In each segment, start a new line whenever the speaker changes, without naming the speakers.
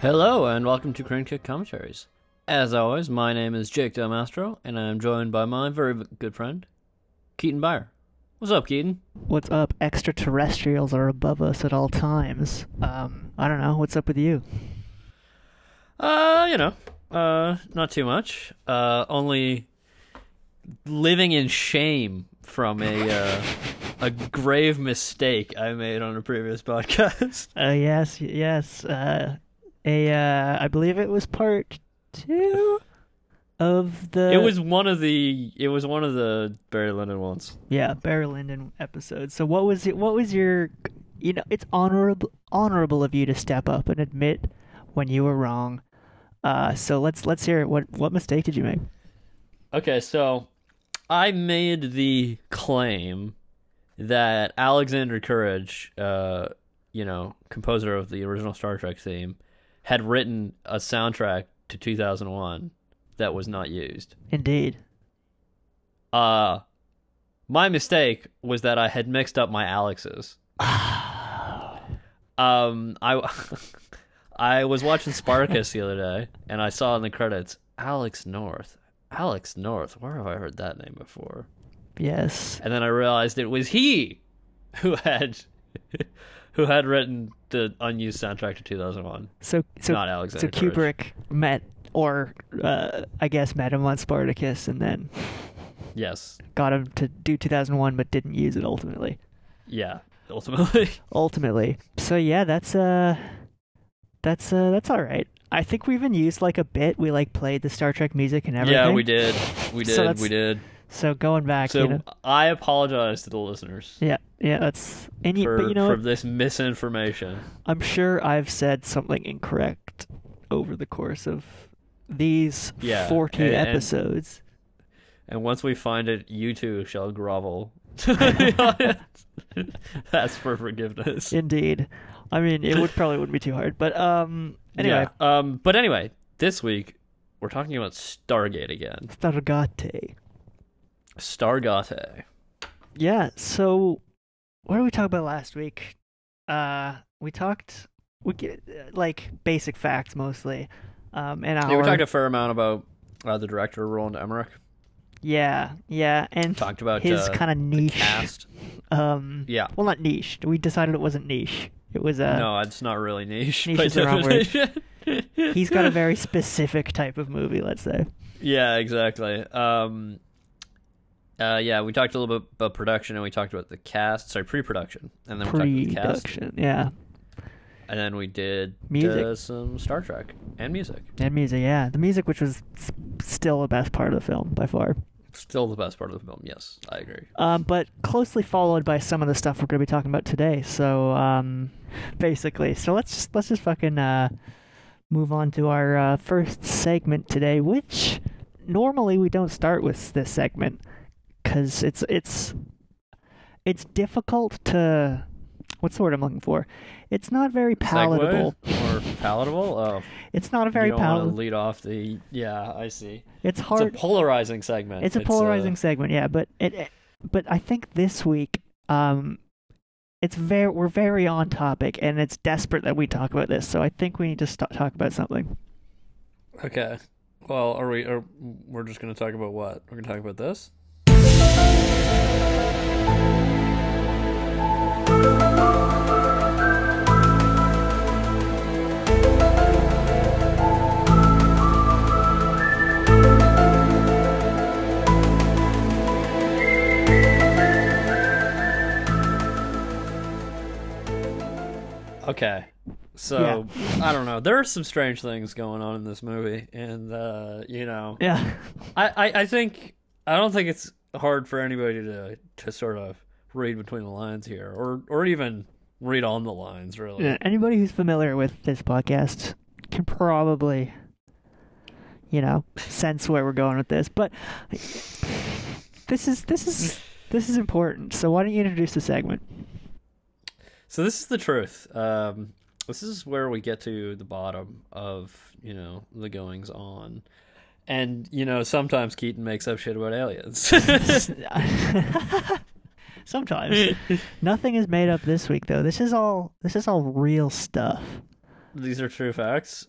Hello, and welcome to Crane Kick Commentaries. As always, my name is Jake Del Mastro, and I am joined by my very v- good friend, Keaton Byer. What's up, Keaton?
What's up? Extraterrestrials are above us at all times. Um, I don't know. What's up with you?
Uh, you know, uh, not too much. Uh, only living in shame from a uh, a grave mistake I made on a previous podcast.
Uh, yes, yes. Uh, a, uh, I believe it was part two of the.
it was one of the it was one of the Barry Lyndon ones.
yeah Barry Lyndon episode. So what was it? What was your? You know, it's honorable honorable of you to step up and admit when you were wrong. Uh, so let's let's hear it. What what mistake did you make?
Okay, so I made the claim that Alexander Courage, uh, you know, composer of the original Star Trek theme, had written a soundtrack to 2001 that was not used.
Indeed.
Uh my mistake was that I had mixed up my Alexes. um I I was watching Sparkus the other day and I saw in the credits Alex North. Alex North. Where have I heard that name before?
Yes.
And then I realized it was he who had who had written the unused soundtrack to 2001.
So so
Not Alexander
so
Courage.
Kubrick met or uh, I guess met him on Spartacus and then
Yes.
got him to do 2001 but didn't use it ultimately.
Yeah. Ultimately.
Ultimately. So yeah, that's uh that's uh that's all right. I think we even used like a bit we like played the Star Trek music and everything.
Yeah, we did. We
So
did.
that's-
we did.
So going back,
So
you know.
I apologize to the listeners.
Yeah, yeah, that's and you,
for,
but you know
for
what?
this misinformation.
I'm sure I've said something incorrect over the course of these
Yeah,
40
and- and-
episodes.
And once we find it, you too shall grovel. to the audience. That's for forgiveness.
Indeed. I mean, it would probably wouldn't be too hard, but um anyway,
Yeah. Um, but anyway, this week we're talking about Stargate again.
Stargate.
Stargate.
Yeah. So, what did we talk about last week? Uh, we talked we get, like basic facts mostly. Um, and our
Yeah, we talked a fair amount about uh, the director Roland Emmerich.
yeah, yeah, and
Talked about
his
uh,
kind of
the
niche.
cast.
Um,
Yeah.
well, not niche. We decided it wasn't niche. It was uh,
no, it's not really niche.
niche
by
is the wrong word.
definition.
he's got a very specific type of movie. Let's say.
Yeah, exactly. Um, uh, yeah, we talked a little bit about production, and we talked about the cast. Sorry, pre-production, and then we talked about the cast,
Production, yeah,
and then we did
Music.
uh, some Star Trek and music.
and music, yeah, the music, which was s- still the best part of the film by far.
Still the best part of the film. Yes, I agree.
um, but closely followed by some of the stuff we're going to be talking about today. So um, basically, so let's just let's just fucking uh, move on to our uh, first segment today, which normally we don't start with this segment because it's it's it's difficult to what's the word I'm looking for? It's not very palatable.
Segue or palatable? Oh,
It's not a very
you don't want to
palatable.
lead off the. Yeah, I see. It's
It's hard.
a polarizing segment. uh,
It's a polarizing segment, yeah. But it, it- but I think this week, um, it's very we're very on topic, and it's desperate that we talk about this. So I think we need to st- talk about something.
okay. Well, are we? Are we're just going to talk about what? We're going to talk about this. Okay. So I don't know. There are some strange things going on in this movie, and uh, you know,
Yeah,
I, I, I think I don't think it's hard for anybody to to sort of read between the lines here, or or even read on the lines, really.
Yeah, Anybody who's familiar with this podcast can probably, you know, sense where we're going with this. But this is this is this is important. So why don't you introduce the segment?
So this is the truth. Um, this is where we get to the bottom of you know the goings on, and you know sometimes Keaton makes up shit about aliens.
Sometimes nothing is made up this week though. This is all this is all real stuff.
these are true facts.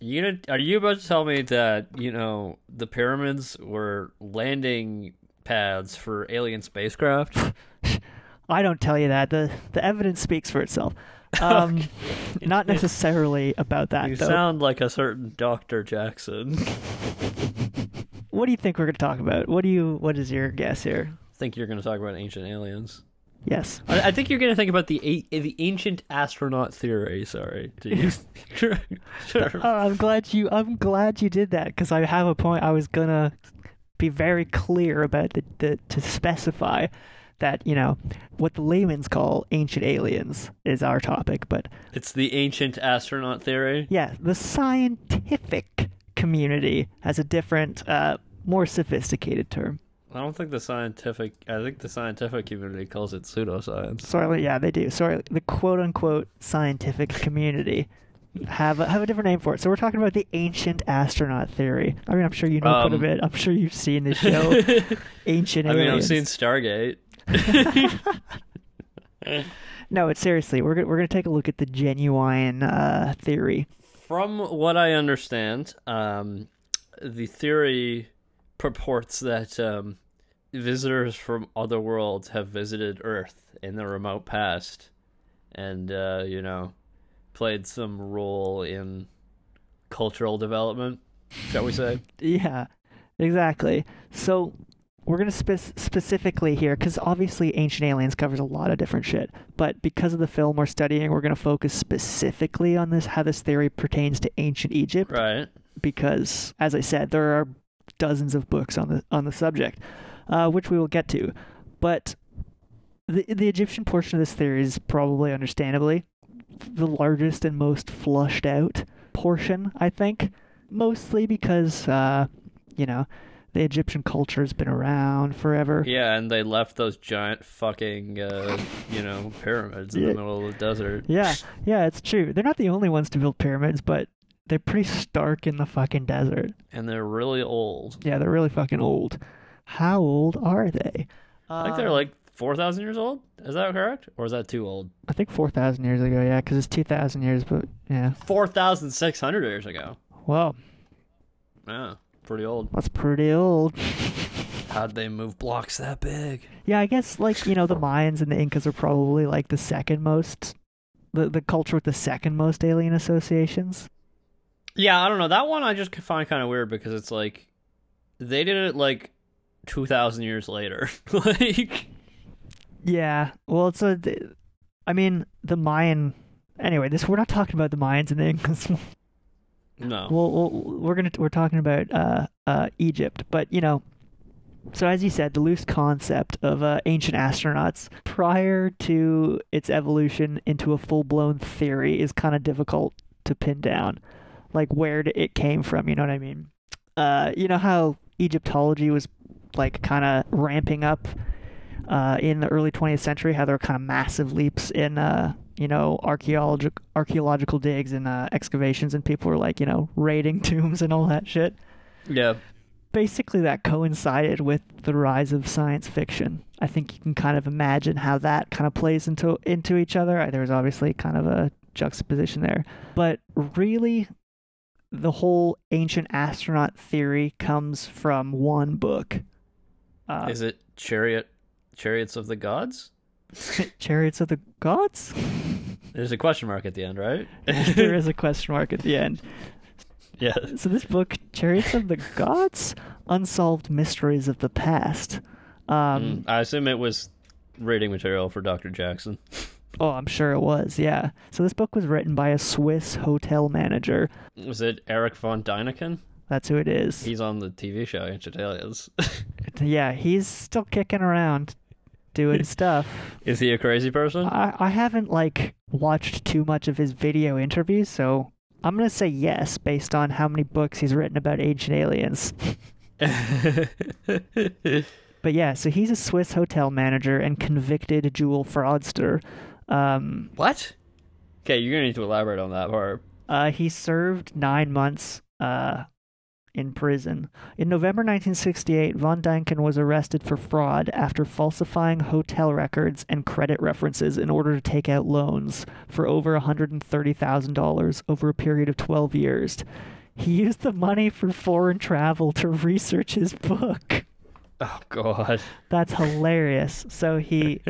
You gonna, are you about to tell me that you know the pyramids were landing pads for alien spacecraft?
I don't tell you that. The the evidence speaks for itself. Um, Not necessarily about that,
you
though.
sound like a certain Doctor Jackson.
What do you think we're going to talk about? What do you? What is your guess here?
think you're going to talk about ancient aliens.
Yes.
I, I think you're going to think about the a- the ancient astronaut theory. Sorry, to use sure.
Oh, I'm glad you. I'm glad you did that because I have a point. I was gonna be very clear about the, the to specify that you know what the layman's call ancient aliens is our topic, but
It's the ancient astronaut theory.
yeah, the scientific community has a different, uh, more sophisticated term.
I don't think the scientific. I think the scientific community calls it pseudoscience.
Sorry, yeah, they do. Sorry, the quote unquote scientific community have a, have a different name for it. So we're talking about the ancient astronaut theory. I mean, I'm sure you know quite a
Um,
bit. I'm sure you've seen the show Ancient
I mean, I've
Aliens.
seen Stargate.
No, it's seriously. We're gonna, we're gonna take a look at the genuine uh, theory.
From what I understand, um, the theory purports that um, visitors from other worlds have visited Earth in the remote past, and uh, you know, played some role in cultural development. Shall we say?
Yeah, exactly. So we're gonna spe- specifically here, because obviously Ancient Aliens covers a lot of different shit. But because of the film we're studying, we're gonna focus specifically on this how this theory pertains to ancient Egypt.
right.
because, as I said, there are dozens of books on the on the subject, uh, which we will get to. But the the Egyptian portion of this theory is probably, understandably, the largest and most flushed out portion. I think mostly because uh, you know the Egyptian culture has been around forever.
Yeah, and they left those giant fucking, uh, you know, pyramids in
Yeah.
the middle of the desert.
Yeah, yeah, it's true. They're not the only ones to build pyramids, but they're pretty stark in the fucking desert.
And they're really old.
Yeah, they're really fucking old. How old are they? Uh,
I think they're like 4,000 years old. Is that correct? Or is that too old?
I think four thousand years ago. Yeah, because it's two thousand years, but yeah.
4,600 years ago.
Well,
Yeah, pretty old.
that's pretty old.
How'd they move blocks that big?
Yeah, I guess like you know the Mayans and the Incas are probably like the second most, the the culture with the second most alien associations.
Yeah, I don't know. That one I just find kind of weird because it's like they did it like 2,000 years later. like,
Yeah. Well, it's a. th- I mean, the Mayan. Anyway, this we're not talking about the Mayans and the Incas.
no.
Well, well, we're gonna we're talking about uh, uh, Egypt, but you know, so as you said, the loose concept of uh, ancient astronauts prior to its evolution into a full blown theory is kind of difficult to pin down, like where d- it came from. You know what I mean? Uh, you know how Egyptology was like kind of ramping up uh, in the early 20th century, how there were kind of massive leaps in, uh, you know, archaeologic archaeological digs and uh, excavations, and people were like, you know, raiding tombs and all that shit.
Yeah.
Basically, that coincided with the rise of science fiction. I think you can kind of imagine how that kind of plays into into each other. Uh, There's obviously kind of a juxtaposition there, but really, the whole ancient astronaut theory comes from one book. Uh,
Is it Chariot? Chariots of the Gods?
Chariots of the Gods?
There's a question mark at the end, right?
there is a question mark at the end.
yeah.
So this book, Chariots of the Gods: Unsolved Mysteries of the Past. Um,
Mm. I assume it was rating material for Dr. Jackson.
Oh, I'm sure it was. Yeah. So this book was written by a Swiss hotel manager.
Was it Eric von Däniken?
That's who it is.
He's on the TV show Ancient Aliens.
yeah, he's still kicking around, doing stuff.
Is he a crazy person?
I I haven't like watched too much of his video interviews, so I'm gonna say yes based on how many books he's written about ancient aliens. Uh, But yeah, so he's a Swiss hotel manager and convicted jewel fraudster. Um,
what? Okay, you're gonna need to elaborate on that part.
uh, he served nine months uh, in prison. In November 1968, von Däniken was arrested for fraud after falsifying hotel records and credit references in order to take out loans for over $130,000 over a period of 12 years. He used the money for foreign travel to research his book.
Oh God.
That's hilarious. So he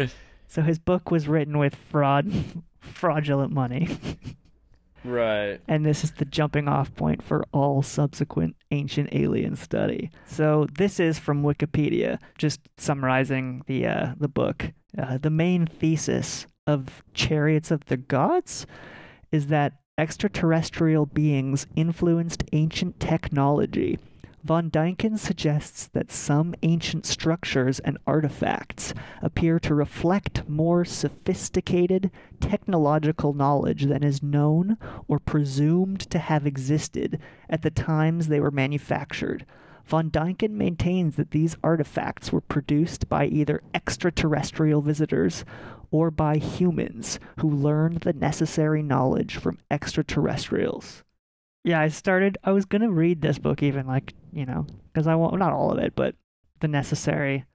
so his book was written with fraud fraudulent money.
Right.
and this is the jumping off point for all subsequent ancient alien study. So this is from Wikipedia, just summarizing the uh, the book. Uh, the main thesis of Chariots of the Gods is that extraterrestrial beings influenced ancient technology. Von Dynken suggests that some ancient structures and artifacts appear to reflect more sophisticated technological knowledge than is known or presumed to have existed at the times they were manufactured. Von Dynken maintains that these artifacts were produced by either extraterrestrial visitors or by humans who learned the necessary knowledge from extraterrestrials. Yeah, I started. I was gonna read this book even like you know because I want not all of it, but the necessary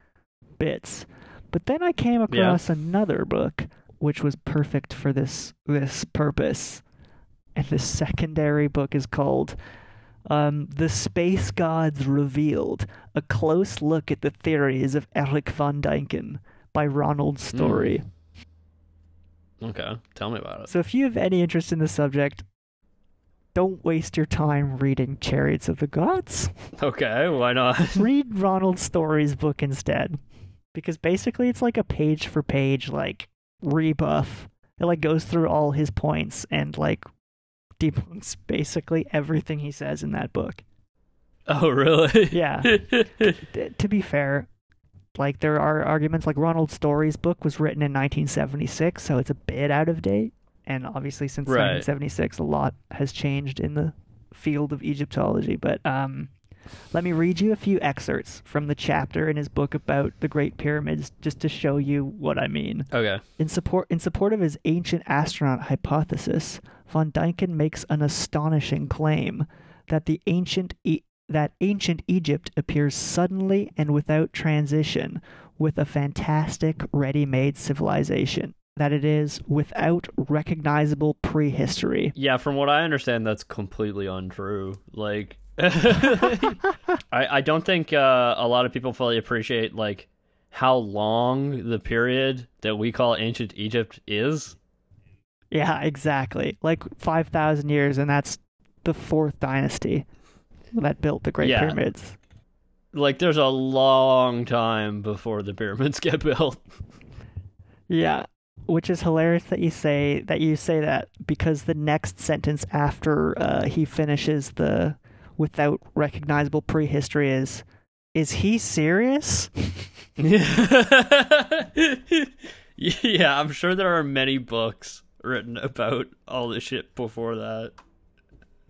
bits. But then I came across another book which was perfect for this this purpose, and this secondary book is called um, "The Space Gods Revealed: A Close Look at the Theories of Eric von Däniken" by Ronald Story.
Okay. Tell me about it.
So if you have any interest in the subject, don't waste your time reading Chariots of the Gods.
Okay. Why not?
Read Ronald Story's book instead. Because basically it's like a page for page like rebuff. It like goes through all his points and like debunks basically everything he says in that book.
Oh, really?
Yeah. D- to be fair, like there are arguments like Ronald Story's book was written in 1976, so it's a bit out of date. And obviously, since
Right.
1976, a lot has changed in the field of Egyptology. But um, let me read you a few excerpts from the chapter in his book about the Great Pyramids, just to show you what I mean.
okay.
In support in support of his ancient astronaut hypothesis, von Däniken makes an astonishing claim that the ancient e- that ancient Egypt appears suddenly and without transition with a fantastic ready-made civilization that it is without recognizable prehistory.
Yeah. From what I understand, that's completely untrue. Like, I I don't think uh, a lot of people fully appreciate like how long the period that we call ancient Egypt is.
Yeah, exactly. Like 5,000 years and that's the fourth dynasty that built the Great
Yeah.
Pyramids.
Like, there's a long time before the pyramids get built.
Yeah, which is hilarious that you say that you say that because the next sentence after uh, he finishes the without recognizable prehistory is is he serious?
yeah, I'm sure there are many books written about all this shit before that.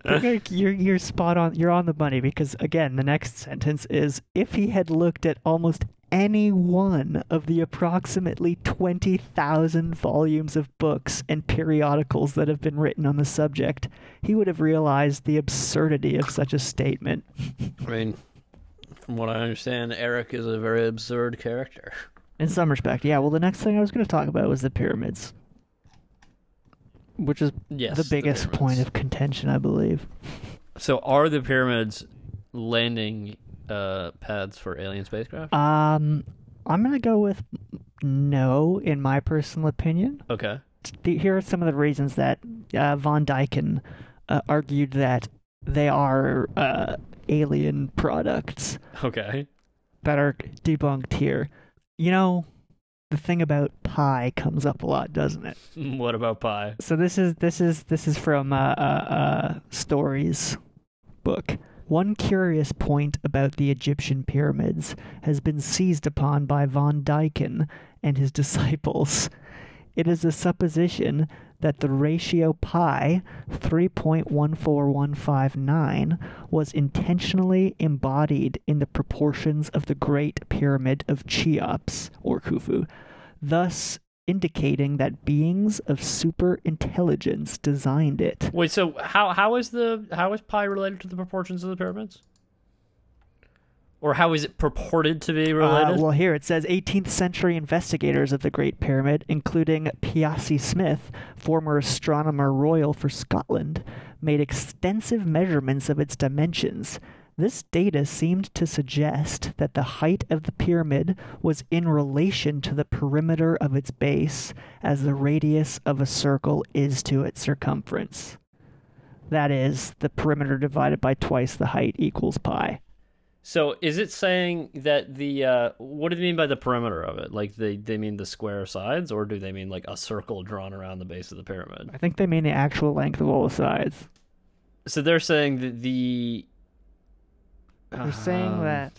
you're, you're you're spot on. You're on the money because again, the next sentence is if he had looked at almost any one of the approximately 20,000 volumes of books and periodicals that have been written on the subject, he would have realized the absurdity of such a statement.
I mean, from what I understand, Eric is a very absurd character.
In some respect, yeah. Well, the next thing I was going to talk about was the pyramids, which is
Yes.
the biggest point
pyramids.
of contention, I believe.
So, are the pyramids landing uh, pads for alien spacecraft?
Um, I'm going to go with no, in my personal opinion.
okay.
The- Here are some of the reasons that uh, von Deiken uh, argued that they are uh, alien products.
Okay.
that are debunked here. You know, the thing about pi comes up a lot, doesn't it?
What about pie?
So this is this is this is from uh, uh, uh, Stories book. One curious point about the Egyptian pyramids has been seized upon by von Deiken and his disciples. It is the supposition that the ratio pi 3.14159 was intentionally embodied in the proportions of the Great Pyramid of Cheops or Khufu, thus indicating that beings of super intelligence designed it.
Wait, so how how is the how is pi related to the proportions of the pyramids? or how is it purported to be
Uh,
related?
well, here it says 18th century investigators of the Great Pyramid, including Piazzi Smith, former astronomer royal for Scotland, made extensive measurements of its dimensions. This data seemed to suggest that the height of the pyramid was in relation to the perimeter of its base, as the radius of a circle is to its circumference. That is, the perimeter divided by twice the height equals pi.
so is it saying that the uh, what do they mean by the perimeter of it? Like they they mean the square sides, or do they mean like a circle drawn around the base of the pyramid?
I think they mean the actual length of all the sides.
So they're saying that the
They're saying
Um,
that.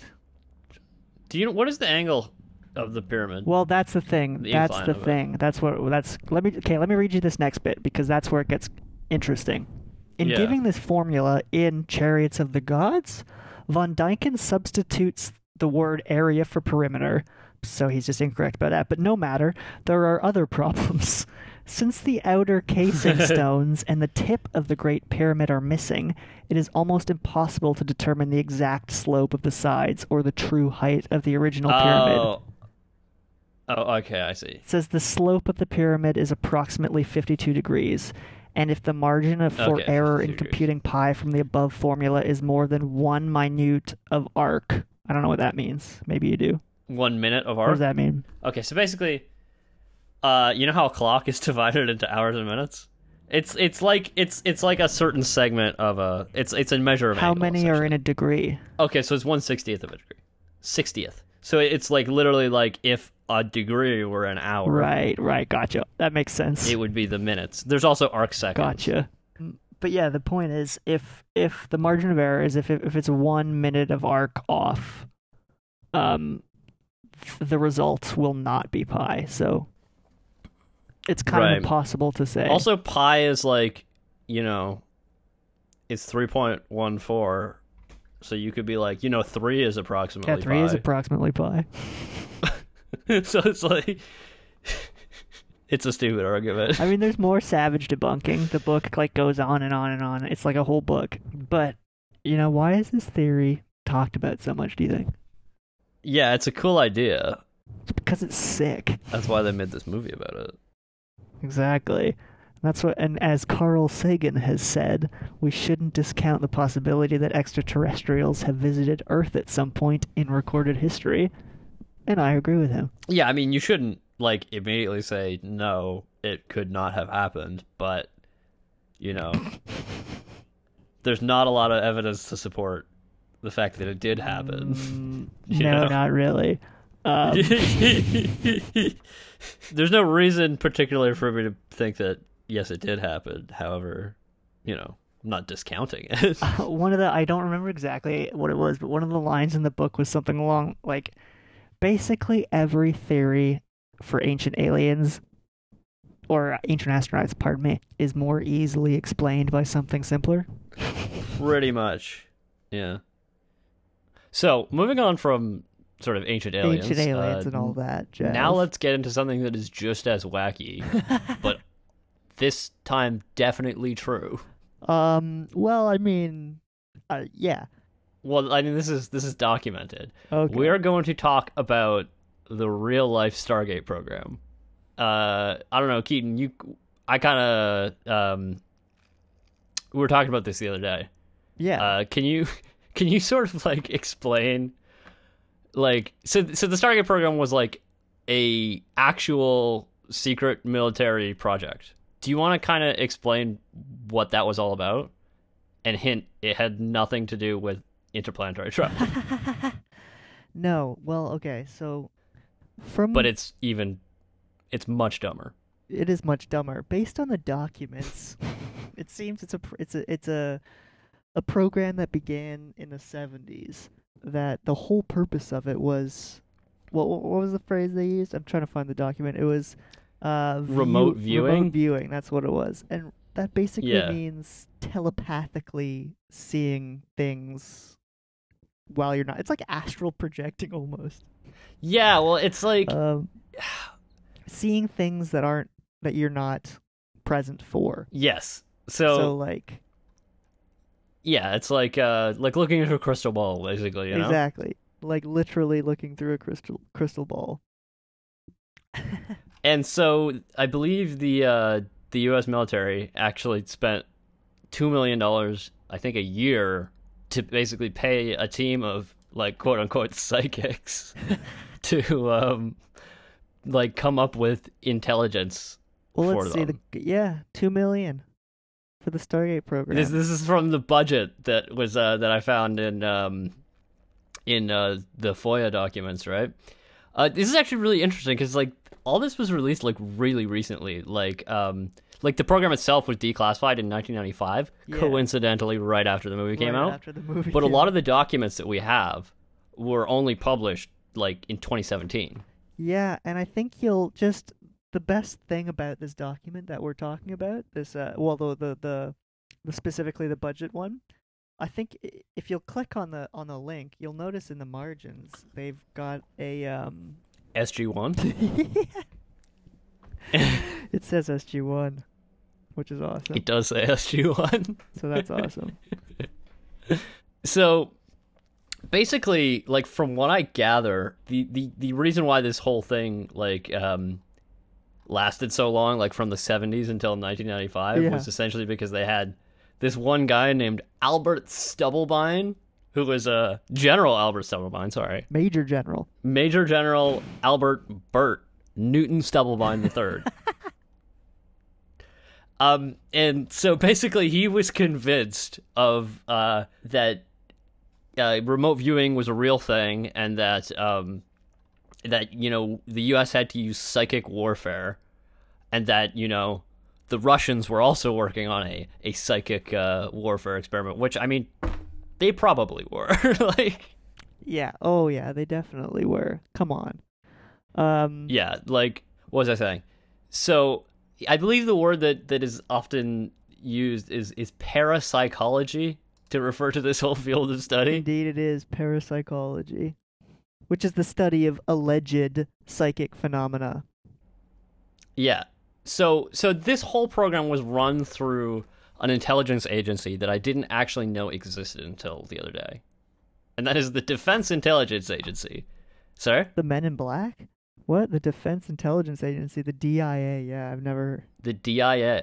Do you know what is the angle of the pyramid?
Well, that's the thing.
The
that's
incline
the
of it.
thing. That's what. That's. Let me. Okay, let me read you this next bit because that's where it gets interesting. In
Yeah.
giving this formula in Chariots of the Gods, von Deiken substitutes the word area for perimeter, so he's just incorrect about that. But no matter, there are other problems. Since the outer casing stones and the tip of the Great Pyramid are missing, it is almost impossible to determine the exact slope of the sides or the true height of the original pyramid.
Oh. Oh, okay, I see.
It says the slope of the pyramid is approximately 52 degrees. And if the margin of for
Okay,
error in
52 degrees.
computing pi from the above formula is more than one minute of arc, I don't know what that means. Maybe you do.
One minute of
What
arc.
does that mean?
Okay, so basically, uh, you know how a clock is divided into hours and minutes? It's it's like it's it's like a certain segment of a it's it's a measure of
How
angle,
many are in a degree?
essentially. Okay, so it's one sixtieth of a degree, sixtieth. So it's like literally like if a degree were an hour,
Right, right. Gotcha. That makes sense.
it would be the minutes. There's also arc seconds.
Gotcha. Mm, But yeah, the point is, if if the margin of error is if if it's one minute of arc off, um, the result will not be pi. So it's kind
Right.
of impossible to say.
Also, pi is like you know, it's three point one four. So you could be like, you know, three is approximately
yeah, three
pi.
is approximately pi.
so it's like it's a stupid argument.
I mean, there's more savage debunking. The book like goes on and on and on. It's like a whole book. But you know, why is this theory talked about so much? Do you think?
yeah, it's a cool idea.
It's because it's sick.
That's why they made this movie about it.
Exactly. That's what, and as Carl Sagan has said, we shouldn't discount the possibility that extraterrestrials have visited Earth at some point in recorded history. And I agree with him.
Yeah, I mean, you shouldn't like immediately say no, it could not have happened, but you know, there's not a lot of evidence to support the fact that it did
Mm.
happen. You
no,
know.
not really. Um,
there's no reason particularly for me to think that yes, it did happen. However, you know, I'm not discounting it.
one of the I don't remember exactly what it was, but one of the lines in the book was something along like basically every theory for ancient aliens or ancient astronauts, pardon me, is more easily explained by something simpler.
Pretty much. Yeah. So, moving on from sort of ancient aliens.
ancient aliens
uh,
and all that. Jazz.
Now let's get into something that is just as wacky, but this time definitely true.
Um. Well, I mean, uh, yeah.
Well, I mean this is this is documented.
Okay.
We are going to talk about the real life Stargate program. Uh I don't know, Keaton, you I kind of um we were talking about this the other day.
Yeah.
Uh, can you can you sort of like explain like so so the Stargate program was like a actual secret military project. Do you want to kind of explain what that was all about and hint it had nothing to do with interplanetary travel,
no. Well. Okay. So, from
but it's even it's much dumber.
it is much dumber. Based on the documents, it seems it's a pr- it's a it's a a program that began in the seventies. That the whole purpose of it was, what what what was the phrase they used? I'm trying to find the document. It was, uh, view-
Remote
Remote
viewing?
viewing. That's what it was, and that basically
Yeah.
means telepathically seeing things while you're not. It's like astral projecting almost.
Yeah, well, it's like
Um, seeing things that aren't that you're not present for.
yes.
So,
So,
like
yeah, it's like uh like looking into a crystal ball basically, you know.
exactly. like literally looking through a crystal crystal ball.
And so I believe the uh, the U.S. military actually spent two million dollars, I think, a year to basically pay a team of like quote unquote psychics to um, like come up with intelligence.
Well,
For
let's see. The,
them.
yeah, two million for the Stargate program.
This this is from the budget that was uh, that I found in um, in uh, the FOIA documents, right? Uh, this is actually really interesting because like all this was released like really recently, like um, like the program itself was declassified in 1995,
Yeah.
coincidentally right after the movie came
Right
out.
after the movie.
But a lot of the documents that we have were only published like in 2017.
Yeah, and I think you'll just the best thing about this document that we're talking about this uh well the the the, the specifically the budget one. I think i- if you'll click on the on the link, you'll notice in the margins they've got a um
SG1.
it says SG1, which is awesome.
It does say SG1.
So that's awesome.
So basically, like from what I gather, the, the, the reason why this whole thing like um lasted so long, like from the seventies until nineteen ninety five,
Yeah.
was essentially because they had this one guy named Albert Stubblebine, who was a uh, General Albert Stubblebine, sorry.
Major General.
Major General Albert Burt Newton Stubblebine III. um, and so basically, he was convinced of uh, that uh, remote viewing was a real thing, and that um, that you know the U.S. had to use psychic warfare, and that you know the Russians were also working on a a psychic uh, warfare experiment, which I mean, they probably were like.
Yeah. Oh yeah, they definitely were. Come on. Um
Yeah, like what was I saying? So I believe the word that that is often used is is parapsychology to refer to this whole field of study.
Indeed, it is parapsychology, which is the study of alleged psychic phenomena.
Yeah. So so this whole program was run through an intelligence agency that I didn't actually know existed until the other day. And that is the Defense Intelligence Agency. Sir?
The Men in Black? What? The Defense Intelligence Agency, the DIA. Yeah, I've never.
The DIA.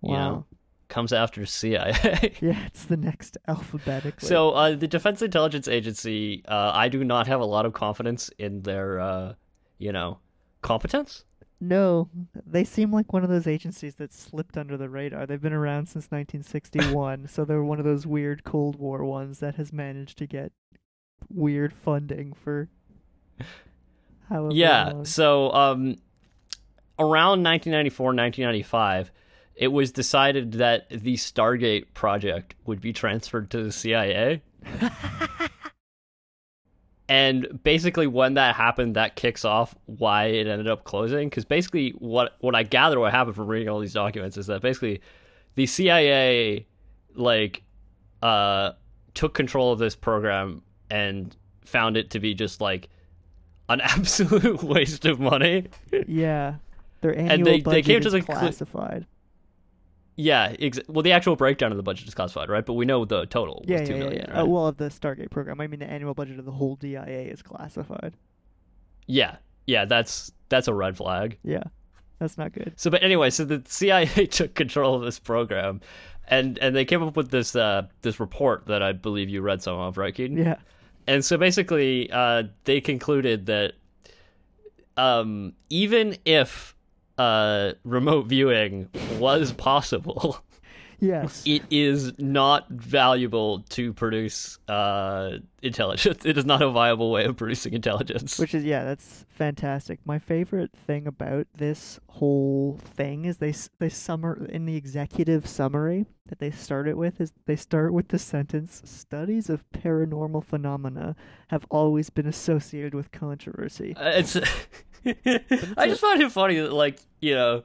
Wow.
You know, comes after CIA.
Yeah, it's the next alphabetically.
So uh, the Defense Intelligence Agency, uh, I do not have a lot of confidence in their, uh, you know, competence.
no, they seem like one of those agencies that slipped under the radar. They've been around since 1961, so they're one of those weird Cold War ones that has managed to get weird funding for. However
Yeah.
long.
So um, around 1994, 1995, it was decided that the Stargate project would be transferred to the CIA. and basically, when that happened, that kicks off why it ended up closing. Because basically, what what I gather what happened from reading all these documents is that basically the CIA like uh took control of this program and found it to be just like an absolute waste of money.
Yeah, their annual
they- they
budget
came to
is
the conclu-
classified.
Yeah, ex- well, the actual breakdown of the budget is classified, right? But we know the total was
yeah,
two
yeah,
million.
yeah, yeah. Uh,
right?
well, of the Stargate program, I mean, the annual budget of the whole DIA is classified.
yeah, yeah, that's that's a red flag.
Yeah, that's not good.
So, but anyway, so the CIA took control of this program, and and they came up with this uh, this report that I believe you read some of, right, Keaton?
Yeah,
And so basically, uh, they concluded that um, even if uh, remote viewing was possible.
yes,
it is not valuable to produce uh, intelligence. It is not a viable way of producing intelligence.
which is yeah, that's fantastic. My favorite thing about this whole thing is they s- they summer in the executive summary that they start it with is they start with the sentence: "Studies of paranormal phenomena have always been associated with controversy."
Uh, it's. I just find it funny that, like, you know,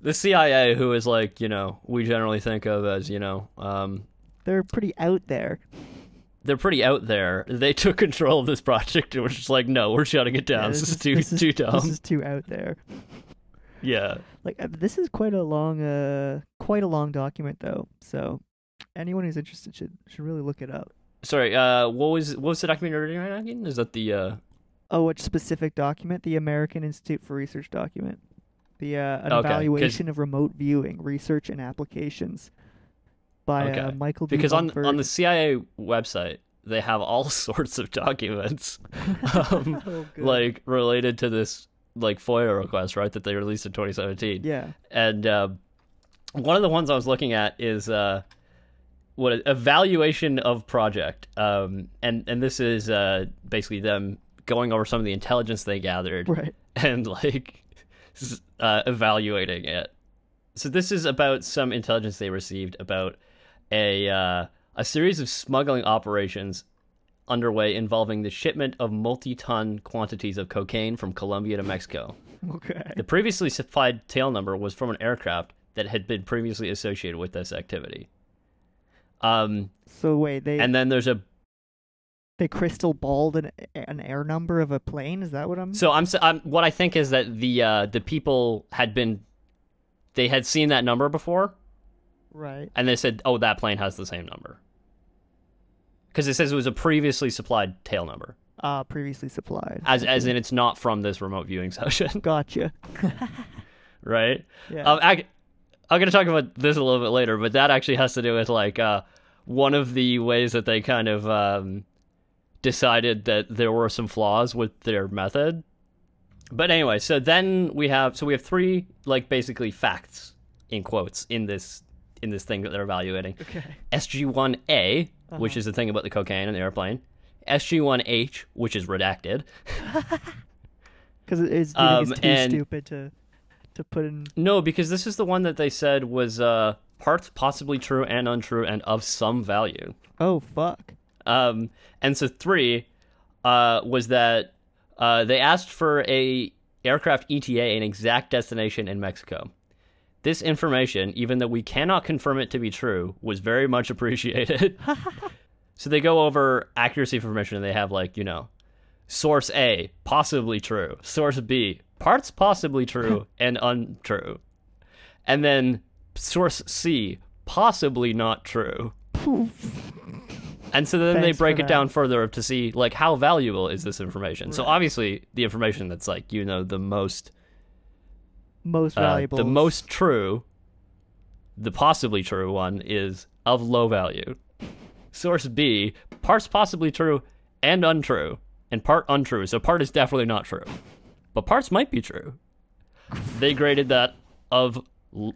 the CIA, who is like, you know, we generally think of as, you know, um,
They're pretty out there.
they're pretty out there. They took control of this project and were just like, no, we're shutting it down.
Yeah,
this, is too too dumb.
This is too out there.
yeah.
Like uh, this is quite a long, uh, quite a long document though. So anyone who's interested should should really look it up.
Sorry, uh, what was what was the document you're reading right now? Again? Is that the uh,
Oh, which specific document? The American Institute for Research document. The uh, an
Okay, 'cause-
evaluation of remote viewing, research, and applications by uh,
Okay,
Michael D.
because on on
Mumford.
the CIA website they have all sorts of documents, um,
Oh, good.
like related to this like FOIA request, right? That they released in 2017.
yeah,
and uh, one of the ones I was looking at is uh, what evaluation of project, um, and and this is uh, basically them going over some of the intelligence they gathered
right.
and like s- uh, evaluating it. So this is about some intelligence they received about a uh, a series of smuggling operations underway involving the shipment of multi-ton quantities of cocaine from Colombia to Mexico.
Okay.
The previously supplied tail number was from an aircraft that had been previously associated with this activity. Um,
So wait, they
and then there's a
they crystal balled an an air number of a plane. Is that what I'm?
so I'm, s am what I think is that the uh, the people had been they had seen that number before
right.
and they said oh that plane has the same number because it says it was a previously supplied tail number
Uh previously supplied.
as as in it's not from this remote viewing session
Gotcha.
right
Yeah.
Um, I, I'm going to talk about this a little bit later, but that actually has to do with like uh, one of the ways that they kind of um, decided that there were some flaws with their method. But anyway, so then we have so we have three like basically facts in quotes in this in this thing that they're evaluating.
okay.
SG1A, which
Uh-huh.
is the thing about the cocaine and the airplane. SG1H, which is redacted.
Because it is
um,
it's too
and-
stupid to to put in.
No, because this is the one that they said was uh, parts possibly true and untrue and of some value.
Oh fuck.
Um, and so three uh, was that uh, they asked for a aircraft ETA an exact destination in Mexico. This information, even though we cannot confirm it to be true, was very much appreciated. so they go over accuracy information and they have like you know, source A possibly true, source B parts possibly true and untrue, and then source C possibly not true. And so then
Thanks
they break
for
it down further to see like how valuable is this information. So obviously the information that's like you know the most
Most
uh,
valuable.
the most true, the possibly true one is of low value. Source B, parts possibly true and untrue, and part untrue. So part is definitely not true, but parts might be true. They graded that of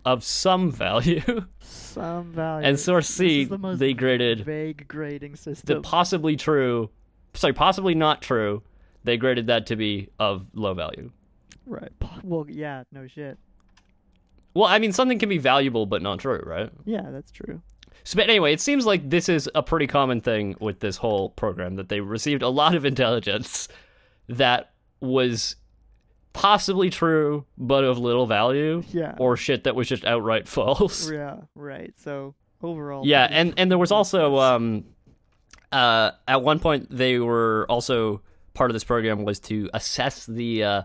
of some value,
some value.
and source C
is the most
they graded
vague grading
the
system.
possibly true, sorry, possibly not true, they graded that to be of low value.
right. Po- Well, yeah. No shit.
Well, I mean, something can be valuable but not true, right?
Yeah, that's true.
So, but anyway, it seems like this is a pretty common thing with this whole program that they received a lot of intelligence that was possibly true but of little value,
Yeah.
or shit that was just outright false.
yeah. Right. So overall.
yeah
pretty-
and and there was also um uh at one point they were also part of this program was to assess the uh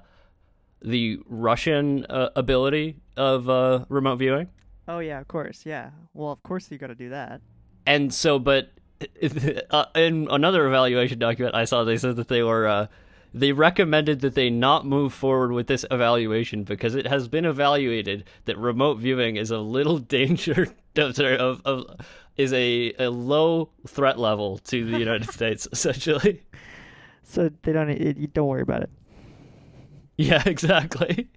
the russian uh, ability of uh remote viewing
Oh yeah, of course. Yeah. Well, of course you got to do that.
and so but uh, in another evaluation document i saw they said that they were uh they recommended that they not move forward with this evaluation because it has been evaluated that remote viewing is a little danger no, sorry, of, of is a, a low threat level to the united states essentially
So they don't. It, you don't worry about it.
yeah exactly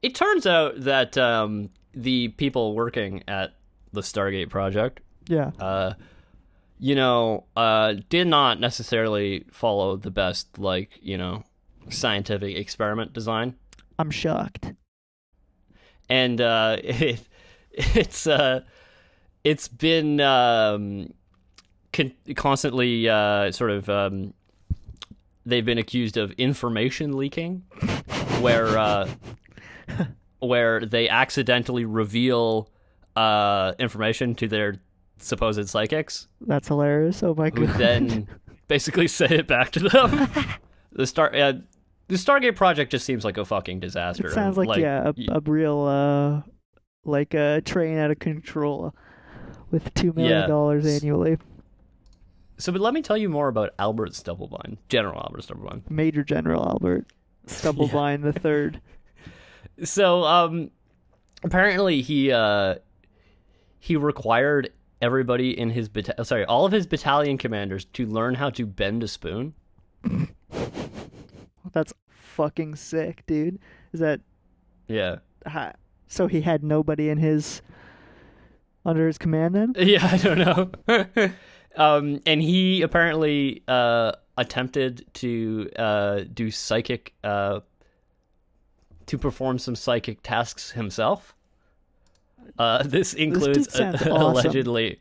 it turns out that um, the people working at the stargate project
Yeah.
uh, you know, uh, did not necessarily follow the best, like, you know, scientific experiment design.
I'm shocked.
And uh, it, it's uh, it's been um, con- constantly uh, sort of um, they've been accused of information leaking, where uh, where they accidentally reveal uh, information to their supposed psychics.
That's hilarious. Oh my
who
god.
then basically send it back to them. the star, uh, the Stargate project just seems like a fucking disaster.
it sounds like, yeah, a,
y-
a real uh, like a train out of control with two million
Yeah.
dollars annually.
So, but let me tell you more about Albert Stubblebine, General Albert Stubblebine.
Major General Albert Stubblebine the Third.
So, um, apparently he uh, he required everybody in his bata- sorry, all of his battalion commanders to learn how to bend a spoon.
That's fucking sick, dude. Is that
Yeah,
ha- so? He had nobody in his under his command then.
yeah, I don't know. um, and he apparently uh attempted to uh do psychic uh to perform some psychic tasks himself. Uh, this includes
dude sounds awesome.
allegedly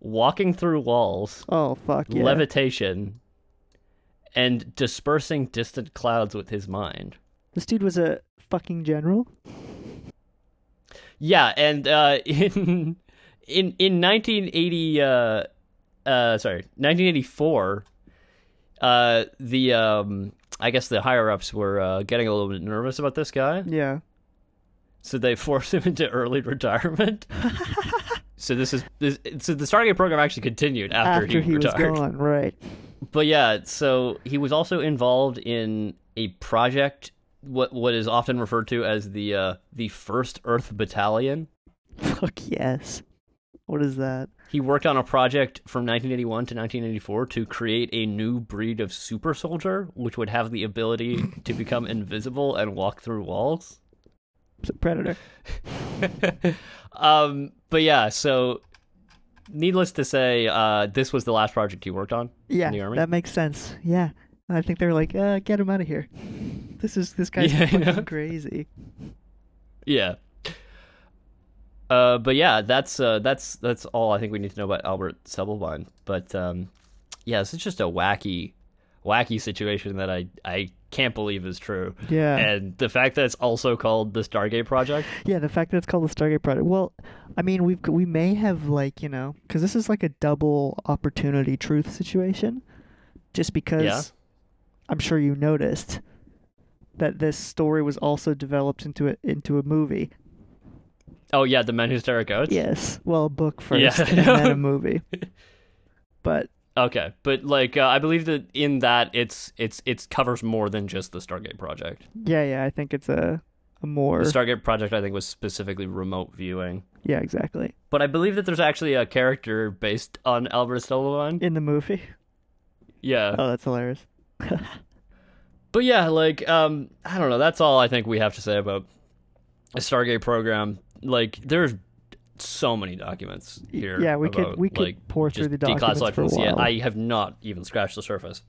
walking through walls,
Oh fuck yeah!
levitation, and dispersing distant clouds with his mind.
This dude was a fucking general.
Yeah, and uh, in in in 1980, uh, uh, sorry, 1984, uh, the um, I guess the higher ups were uh, getting a little bit nervous about this guy,
Yeah.
so they forced him into early retirement. so this is this. So the Stargate program actually continued after,
After
he,
he was
retired.
gone, right?
But yeah, so he was also involved in a project. What what is often referred to as the uh, the first Earth Battalion.
Fuck yes. What is that?
He worked on a project from 1981 to 1984 to create a new breed of super soldier, which would have the ability to become invisible and walk through walls.
It's a predator.
Um, but yeah, so needless to say, uh, this was the last project he worked on.
Yeah,
the army?
that makes sense. Yeah, I think they're like, uh, get him out of here. This is this guy's
Yeah, I know.
fucking crazy.
Yeah. Uh, but yeah, that's uh, that's that's all I think we need to know about Albert Stubblebine. But um, yeah, this is just a wacky, wacky situation that I I can't believe is true.
Yeah,
and the fact that it's also called the Stargate Project.
yeah. The fact that it's called the Stargate Project. Well, I mean, we've we may have like you know, because this is like a double opportunity truth situation, just because
Yeah.
I'm sure you noticed that this story was also developed into a into a movie.
Oh yeah, the Men Who Stare at Goats.
Yes, well, a book first
Yeah, I
and then
know.
a movie. But
Okay, but like uh, I believe that in that it's it's it's covers more than just the Stargate Project.
yeah, yeah, I think it's a a more
The Stargate Project I think was specifically remote viewing.
yeah, exactly
But I believe that there's actually a character based on Albert Stolman.
in the movie.
Yeah.
Oh, that's hilarious.
But yeah, like um I don't know, that's all I think we have to say about the Stargate program. Like there's so many documents here.
Yeah, we could
about,
we could
like,
pour through
just
the documents
declassified
for a
ones.
while.
Yeah, I have not even scratched the surface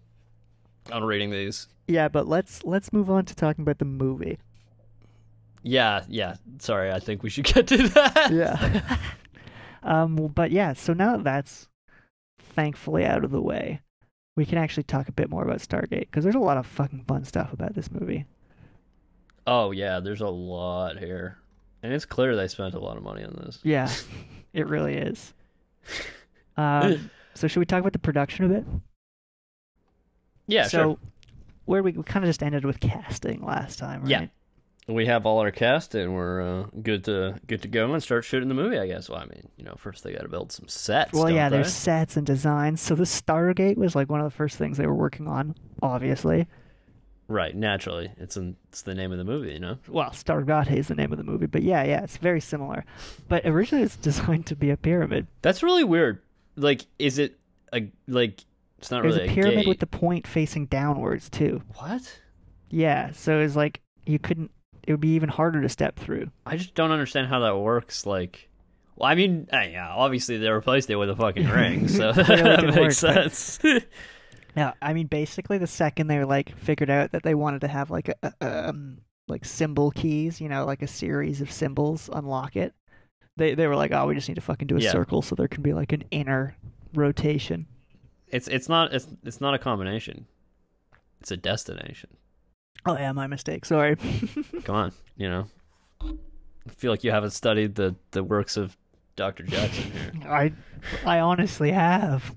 on reading these.
Yeah, but let's let's move on to talking about the movie.
Yeah, yeah. Sorry, I think we should get to that.
Yeah. um, but yeah, so now that that's thankfully out of the way, we can actually talk a bit more about Stargate because there's a lot of fucking fun stuff about this movie.
Oh yeah, there's a lot here, and it's clear they spent a lot of money on this.
Yeah, it really is. Um, so should we talk about the production a bit?
Yeah,
so where we, we kind of just ended with casting last time, right?
Yeah. sure. We have all our cast, and we're uh, good to good to go and start shooting the movie. I guess. Well, I mean, you know, first they got to build some sets.
Well,
don't
yeah,
they?
there's sets and designs. So the Stargate was like one of the first things they were working on, obviously.
right. Naturally, it's in, it's the name of the movie. You know.
Well, Stargate is the name of the movie, but yeah, yeah, it's very similar. But originally it's designed to be a pyramid.
That's really weird. Like, is it a like? It's not
There's
really
a pyramid
gate.
with the point facing downwards too.
what?
Yeah, so it's like you couldn't it would be even harder to step through.
I just don't understand how that works. Like, well, I mean, eh, yeah, obviously they replaced it with a fucking ring, so
Clearly
that
didn't
makes
work,
sense.
Now, I mean basically the second they like figured out that they wanted to have like a a- um like symbol keys, you know, like a series of symbols unlock it. They they were like, "Oh, we just need to fucking do a
Yeah.
circle so there can be like an inner rotation."
it's it's not it's it's not a combination. It's a destination.
Oh, yeah, my mistake. Sorry.
Come on, you know. I feel like you haven't studied the the works of Dr. Jackson here.
I I honestly have.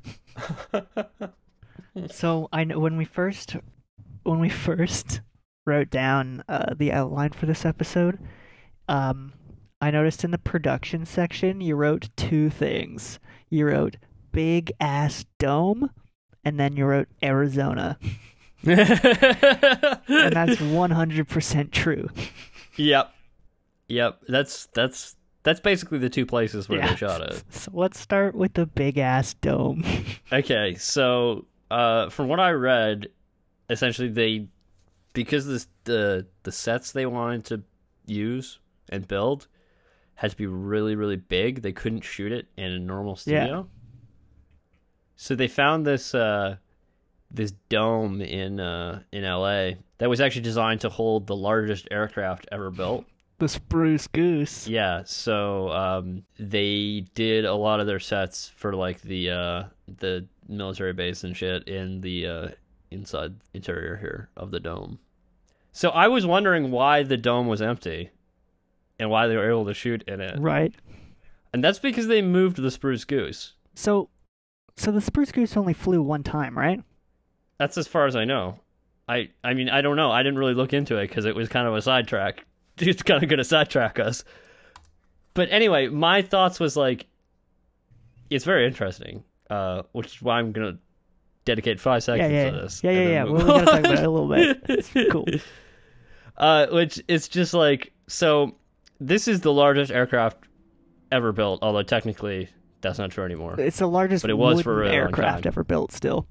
so I know when we first when we first wrote down uh, the outline for this episode, um, I noticed in the production section you wrote two things. You wrote big ass dome, and then you wrote Arizona. And that's 100% true.
yep, yep. That's that's that's basically the two places where they shot it.
So let's start with the big ass dome.
Okay, so uh, from what I read, essentially they because this, the the sets they wanted to use and build had to be really really big. They couldn't shoot it in a normal
Yeah.
studio. So they found this uh, this dome in uh, in L.A. that was actually designed to hold the largest aircraft ever built.
The spruce goose.
Yeah, so um, they did a lot of their sets for like the uh, the military base and shit in the uh, inside interior here of the dome. So I was wondering why the dome was empty, and why they were able to shoot in it,
Right.
and that's because they moved the Spruce Goose.
So so the spruce goose only flew one time, right?
That's as far as I know. I I mean I don't know. I didn't really look into it because it was kind of a sidetrack. It's kind of going to sidetrack us. But anyway, my thoughts was like, it's very interesting, uh, which is why I'm gonna dedicate five
Yeah,
seconds
yeah.
to this.
Yeah,
and
yeah,
then
yeah.
move
We're going to talk
on.
about it a little bit. It's cool.
Uh, which it's just like so. This is the largest aircraft ever built, although technically that's not true anymore.
It's the largest
But it was for a
wooden
really long
aircraft
time.
ever built still.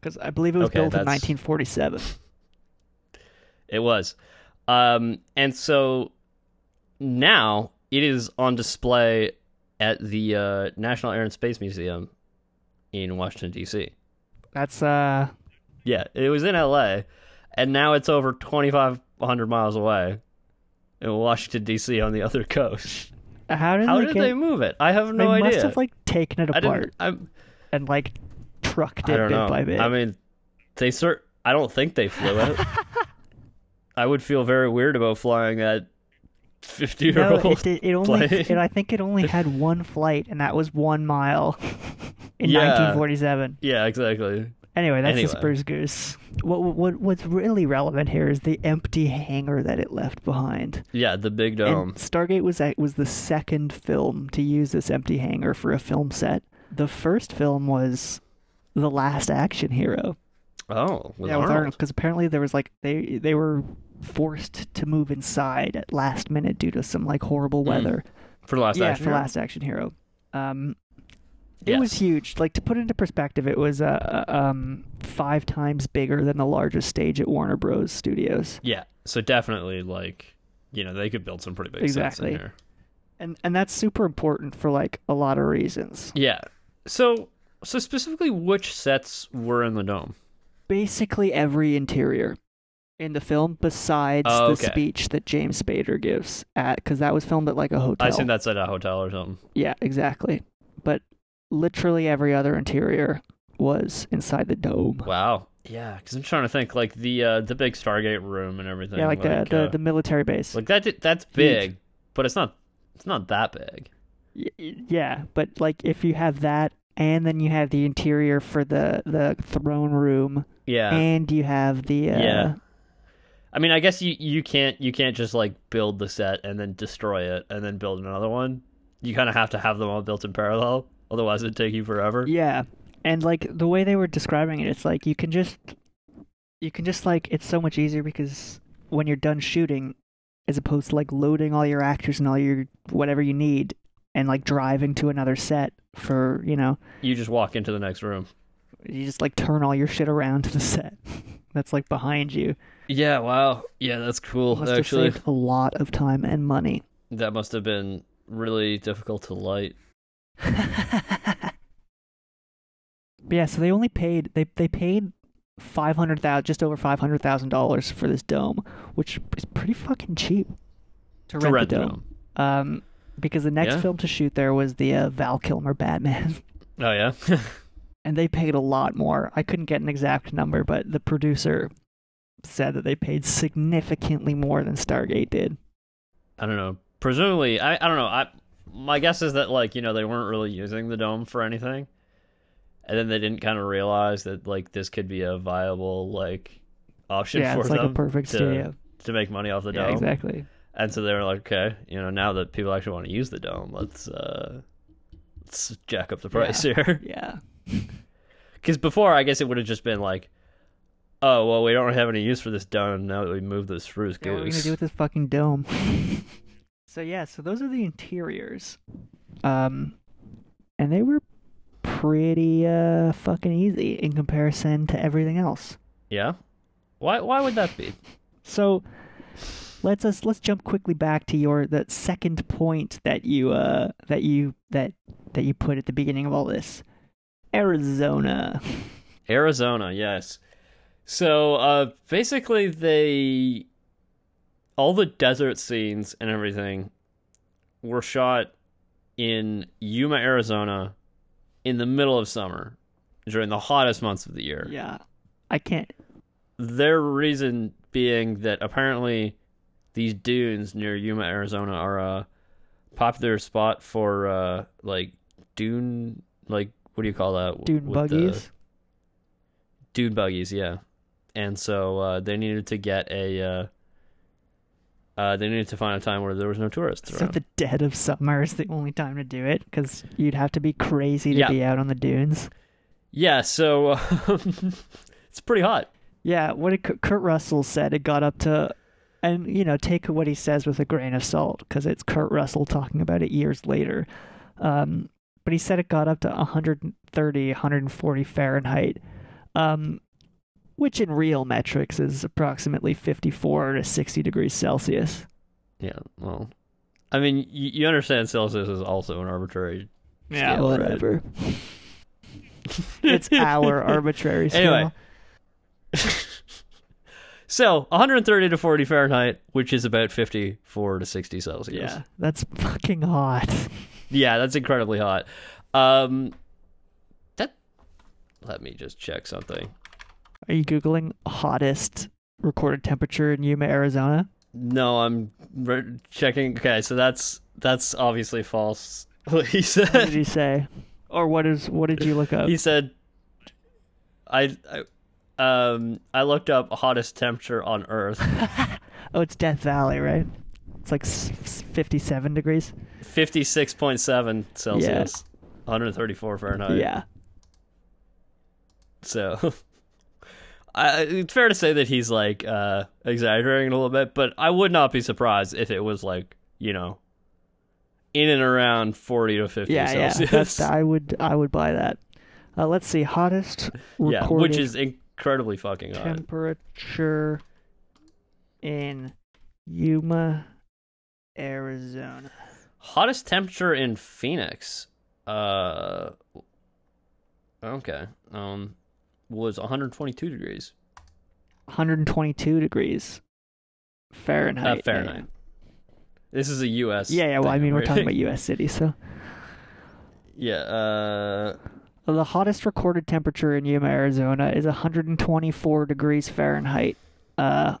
Cuz I believe it was
Okay,
built in
that's-
1947.
It was. Um, and so now it is on display at the uh, National Air and Space Museum in Washington, D.C.
That's uh
Yeah, it was in L.A., and now it's over 2,500 miles away in Washington, D.C. on the other coast.
how did
How
they
did
get
they move it? I have no
they
idea.
must have like taken it
I didn't,
apart
I'm,
and like trucked
I
it
don't
bit
know.
by bit.
I mean, they cert. I don't think they flew it. I would feel very weird about flying that 50 year
no,
old
it, did, it only.
plane.
It, I think it only had one flight, and that was one mile in
Yeah.
1947.
Yeah, exactly.
Anyway, that's
Anyway.
the Spruce Goose. What, what what's really relevant here is the empty hangar that it left behind.
Yeah, the big dome.
And Stargate was a- was the second film to use this empty hangar for a film set. The first film was the Last Action Hero.
oh, with
yeah, with
Arnold.
Arnold, because apparently there was like they they were forced to move inside at last minute due to some like horrible weather.
for the Hmm. last
yeah,
action.
for
hero.
Last Action Hero. Um, it was
Yes.
huge. Like to put it into perspective, it was uh, uh, um five times bigger than the largest stage at Warner Bros. Studios,
Yeah, so definitely like you know they could build some pretty big
Exactly.
sets in here.
and and that's super important for like a lot of reasons.
Yeah. So so specifically, which sets were in the dome?
Basically, every interior in the film, besides
Oh,
the
okay.
speech that James Spader gives at, because that was filmed at like a hotel.
I assume that's at a hotel or something.
Yeah, exactly. But literally every other interior was inside the dome.
Wow. Yeah, because I'm trying to think like the uh, the big Stargate room and everything.
Yeah, like, the, the
uh,
the military base.
like that that's big, but it's not it's not that big.
Y- y- yeah, but like if you have that, and then you have the interior for the the throne room,
Yeah.
and you have the uh,
Yeah. I mean, I guess you you can't you can't just like build the set and then destroy it and then build another one. You kind of have to have them all built in parallel, otherwise it'd take you forever.
yeah, and like the way they were describing it, it's like you can just you can just like it's so much easier because when you're done shooting, as opposed to like loading all your actors and all your whatever you need, and like driving to another set for you know
You just walk into the next room.
you just like turn all your shit around to the set that's like behind you.
Yeah, wow. Yeah, that's cool.
Must
Actually,
have saved a lot of time and money.
that must have been really difficult to light.
but yeah, so they only paid they they paid five hundred thousand, just over five hundred thousand dollars for this dome, which is pretty fucking cheap to rent,
to rent
the
the
dome. Um, because the next
Yeah.
film to shoot there was the uh, Val Kilmer Batman,
dome. Oh yeah.
and they paid a lot more. I couldn't get an exact number, but the producer said that they paid significantly more than Stargate did.
I don't know. Presumably, I I don't know. I my guess is that like you know they weren't really using the dome for anything, and then they didn't kind of realize that like this could be a viable like option
yeah,
for
it's
them
like a perfect
to,
studio.
to make money off the
Yeah,
dome.
exactly.
And so they were like, okay, you know, now that people actually want to use the dome, let's uh, let's jack up the price here.
Yeah.
Because before, I guess it would have just been like, oh, well, we don't have any use for this dome now that we moved the spruce
Yeah, what are we gonna
goose.
do with this fucking dome? so yeah, so those are the interiors. Um, and they were pretty uh fucking easy in comparison to everything else.
yeah? Why, why would that be?
So let's us let's jump quickly back to your the second point that you uh that you that that you put at the beginning of all this. Arizona.
Arizona, yes. So uh, basically, they all the desert scenes and everything were shot in Yuma, Arizona, in the middle of summer during the hottest months of the year.
Yeah. I can't
Their reason being that apparently these dunes near Yuma, Arizona, are a popular spot for uh, like dune, like what do you call that?
dune
With the-
buggies.
dune buggies, yeah. And so uh, they needed to get a. Uh, uh, they needed to find a time where there was no tourists
So
around.
the dead of summer is the only time to do it because you'd have to be crazy to
Yeah.
be out on the dunes.
yeah, so um, it's pretty hot.
Yeah, what did Kurt Kurt Russell said, it got up to, and you know, take what he says with a grain of salt because it's Kurt Russell talking about it years later. Um, but he said it got up to 130, 140 Fahrenheit, um, which in real metrics is approximately 54 to 60 degrees Celsius.
Yeah, well, I mean, y- you understand Celsius is also an arbitrary. Yeah, right.
whatever. it's our arbitrary scale.
Anyway. so 130 to 40 Fahrenheit, which is about 54 to 60 Celsius.
Yeah, that's fucking hot.
Yeah, that's incredibly hot. Um, that. Let me just check something.
Are you googling hottest recorded temperature in Yuma, Arizona?
No, I'm re- checking. Okay, so that's that's obviously false. he
What did
said.
you say? Or what is what did you look up?
He said. I, I, um, I looked up hottest temperature on Earth,
Oh, it's Death Valley, right? It's like s- s- 57 degrees.
fifty six point seven Celsius, one hundred thirty four Fahrenheit.
yeah.
So, I, it's fair to say that he's like uh, exaggerating a little bit, but I would not be surprised if it was like you know, in and around forty to fifty
Yeah, yeah.
Celsius.
That's, I would I would buy that. Uh, let's see hottest recorded
yeah, which is incredibly fucking hot.
temperature in Yuma, Arizona.
Hottest temperature in Phoenix. Uh Okay. Um was 122 degrees.
122 degrees Fahrenheit.
Uh,
man.
Fahrenheit. This is a US.
Yeah, yeah. Well, I
thing,
mean, we're talking about
right?
U.S. cities, so
Yeah, uh
the hottest recorded temperature in Yuma, Arizona, is 124 degrees Fahrenheit. Uh,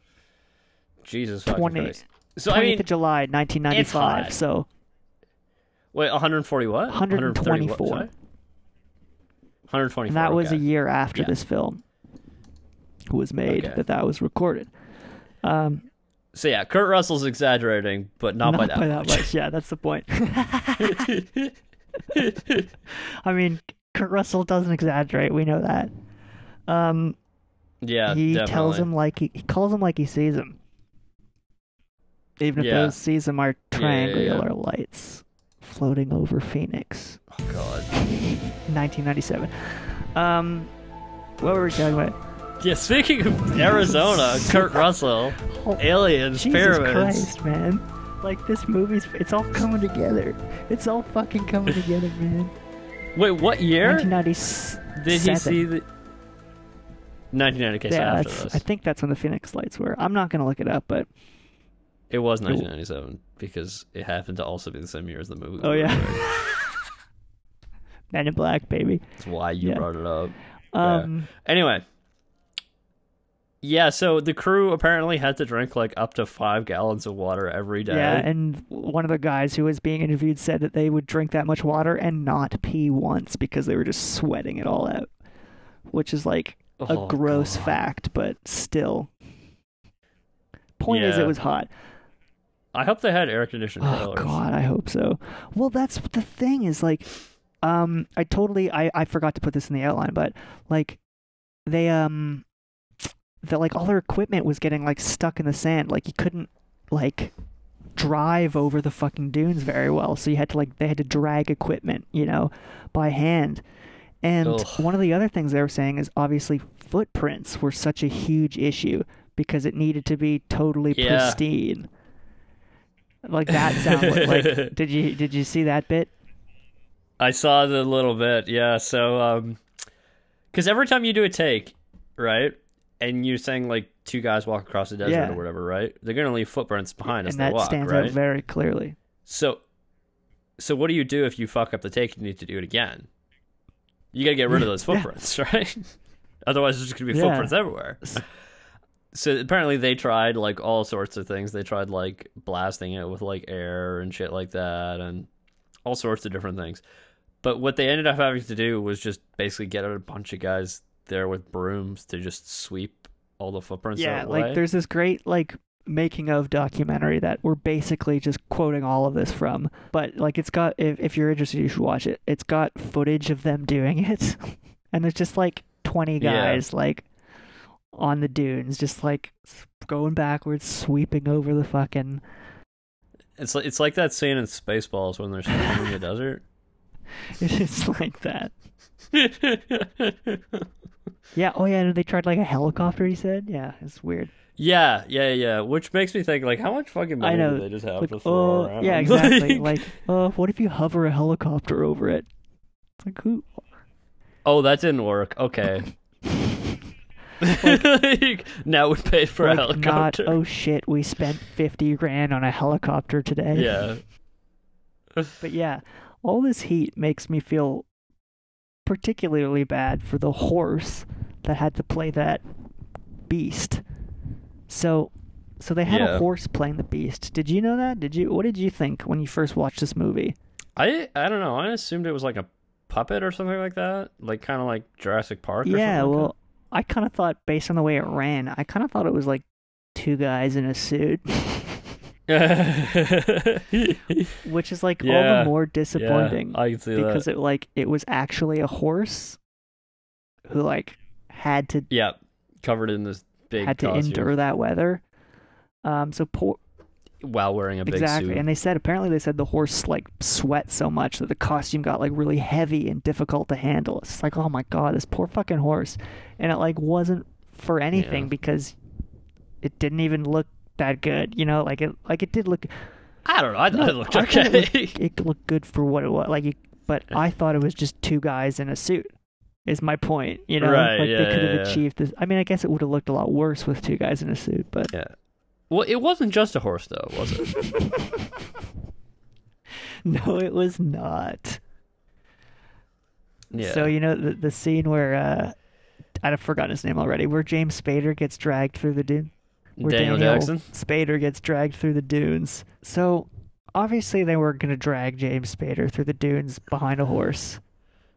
Jesus fucking
20
Christ. So
20th
I mean,
of July, 1995.
hot.
So
wait, 140 what? 130 what,
124.
sorry? 124.
and that was
okay.
a year after
Yeah.
this film was made
Okay.
that that was recorded. Um,
So yeah, Kurt Russell's exaggerating, but not,
not
by that much.
Yeah, that's the point. I mean, Kurt Russell doesn't exaggerate. We know that. Um,
yeah,
he
definitely.
tells him like he, he calls him like he sees him, even if
Yeah.
those sees him are
Yeah, yeah, yeah.
triangular lights floating over Phoenix,
Oh, God.
1997. Um, what were we talking about?
Yeah, speaking of Arizona, Kurt Russell,
Oh,
aliens,
Jesus
pyramids.
Christ, man! Like this movie's, it's all coming together. It's all fucking coming together, man.
Wait, what year
1997.
did he see the? 1990. Okay, so
Yeah,
after
that's,
this,
I think that's when the Phoenix lights were. I'm not gonna look it up, but
it was 1997 because it happened to also be the same year as the movie.
oh yeah, Men in Black, baby.
that's why you
Yeah.
brought it up. Yeah.
Um,
Anyway, yeah. So the crew apparently had to drink like up to five gallons of water every day.
Yeah, and one of the guys who was being interviewed said that they would drink that much water and not pee once because they were just sweating it all out, which is like a
Oh,
gross fact, but still. Point is, it
Yeah.
was hot.
I hope they had air conditioned
Oh
trailers.
God, I hope so. Well, that's the thing is like, um I totally I I forgot to put this in the outline, but like they um that like all their equipment was getting like stuck in the sand. Like you couldn't like drive over the fucking dunes very well. So you had to like they had to drag equipment, you know, by hand. And
Ugh.
one of the other things they were saying is obviously footprints were such a huge issue because it needed to be totally
Yeah.
pristine. Like that sound like did you did you see that bit?
I saw the little bit, yeah. So, um, because every time you do a take, right, and you're saying like two guys walk across the desert
Yeah.
or whatever, right? They're gonna leave footprints behind as
and
they
that
walk,
stands
right?
out very clearly.
so, so what do you do if you fuck up the take and you need to do it again? You gotta get rid of those
Yeah.
footprints, right? Otherwise, there's just gonna be
Yeah.
footprints everywhere. So apparently they tried like all sorts of things. They tried like blasting it with like air and shit like that, and all sorts of different things. But what they ended up having to do was just basically get a bunch of guys there with brooms to just sweep all the footprints.
yeah,
out
like
way.
there's this great like making of documentary that we're basically just quoting all of this from. But like it's got if if you're interested you should watch it. It's got footage of them doing it. and there's just like 20
Yeah.
guys like on the dunes just like s- going backwards, sweeping over the fucking
it's like it's like that scene in Spaceballs when they're swimming in the desert.
it's like that. Yeah, oh yeah, and they tried like a helicopter he said. Yeah, it's weird.
yeah, yeah, yeah. Which makes me think like, how much fucking money
I know.
do they just have
Like,
to throw
oh,
around?
yeah, exactly.
Like-
like, uh, what if you hover a helicopter over it? It's like, who?
oh, that didn't work. Okay. Like, now we paid for a
like, not,
helicopter.
oh shit, we spent 50 grand on a helicopter today.
yeah.
But yeah, all this heat makes me feel particularly bad for the horse that had to play that beast. So so they had
Yeah.
a horse playing the beast. Did you know that? Did you what did you think when you first watched this movie?
I I don't know. I assumed it was like a puppet or something like that. Like kind of like Jurassic Park. Or
Yeah,
something like
well, I kind of thought based on the way it ran, I kind of thought it was like two guys in a suit,
that.
which is like all
Yeah,
the more disappointing.
Yeah, I can see
because
that.
it like it was actually a horse who like had to
Yeah, covered in this big
had to
costume
endure that weather. Um, so poor
while wearing a big
exactly,
suit.
and they said apparently they said the horse like sweat so much that the costume got like really heavy and difficult to handle. It's just like oh my god, this poor fucking horse, and it like wasn't for anything
Yeah.
because it didn't even look that good. You know, like it like it did look
I don't know. I thought it looked
I thought it
okay.
looked- it looked good for what it was. Like, you, but I thought it was just two guys in a suit. Is my point? You know,
Right,
like
yeah,
they could
yeah,
have
yeah.
achieved this. I mean, I guess it would have looked a lot worse with two guys in a suit, but
yeah. Well, it wasn't just a horse though, was it?
no, it was not.
Yeah.
So you know the the scene where uh, I've forgotten his name already, where James Spader gets dragged through the dune. where
Daniel Jackson?
Spader gets dragged through the dunes. So obviously they weren't going to drag James Spader through the dunes behind a horse.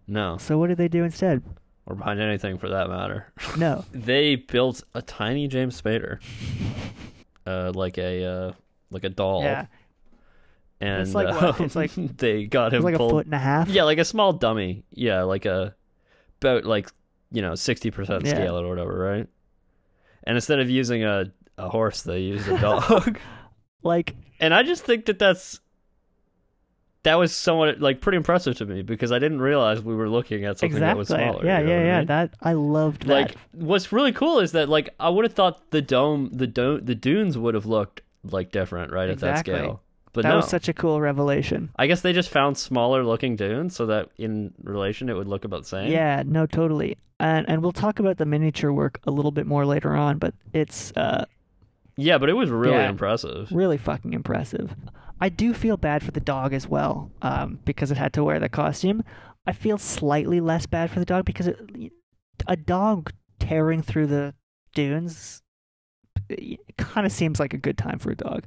no,
So what did they do instead?
or behind anything for that matter.
No.
they built a tiny James Spader, uh, like a uh, like a doll.
Yeah.
and um,
It's like what? It's like-
they got him
It was like a
pulled.
foot and a half.
Yeah, like a small dummy. Yeah, like a about like you know sixty percent
Yeah.
scale or whatever, right? And instead of using a a horse, they used a dog.
Like
and I just think that that's that was somewhat like pretty impressive to me because I didn't realize we were looking at something that was
exactly.
smaller.
yeah,
you know
yeah,
what I
yeah.
mean?
That I loved that.
like what's really cool is that like I would have thought the dome the dome the dunes would have looked like different right
Exactly.
at that scale. But
that
no.
was such a cool revelation.
I guess they just found smaller looking dunes so that in relation it would look about the same.
Yeah, no, totally. And and we'll talk about the miniature work a little bit more later on, but it's uh
Yeah, but it was really
Yeah.
impressive.
really fucking impressive. I do feel bad for the dog as well, um, because it had to wear the costume. I feel slightly less bad for the dog because it, a dog tearing through the dunes kind of seems like a good time for a dog.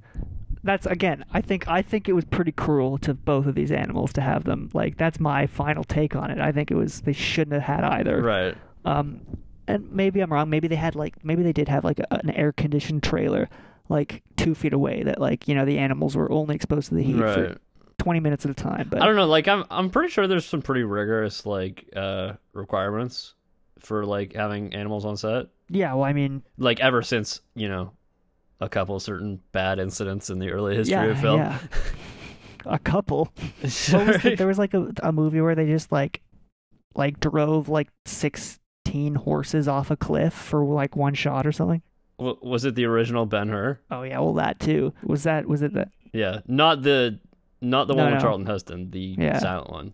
That's again, I think I think it was pretty cruel to both of these animals to have them. Like that's my final take on it. I think it was they shouldn't have had either.
Right.
Um, and maybe I'm wrong. Maybe they had like maybe they did have like a, an air conditioned trailer, like two feet away, that like you know the animals were only exposed to the heat
Right.
for twenty minutes at a time. But
I don't know. Like I'm I'm pretty sure there's some pretty rigorous like uh requirements for like having animals on set.
yeah, well, I mean,
Like ever since you know a couple of certain bad incidents in the early history
yeah,
of film.
yeah. a couple. What was the, there was like a, a movie where they just like like drove like sixteen horses off a cliff for like one shot or something.
W- was it the original Ben Hur?
Oh yeah, well that too. Was that was it that?
Yeah, not the not the
No,
one with
no.
Charlton Heston, the
Yeah.
silent one.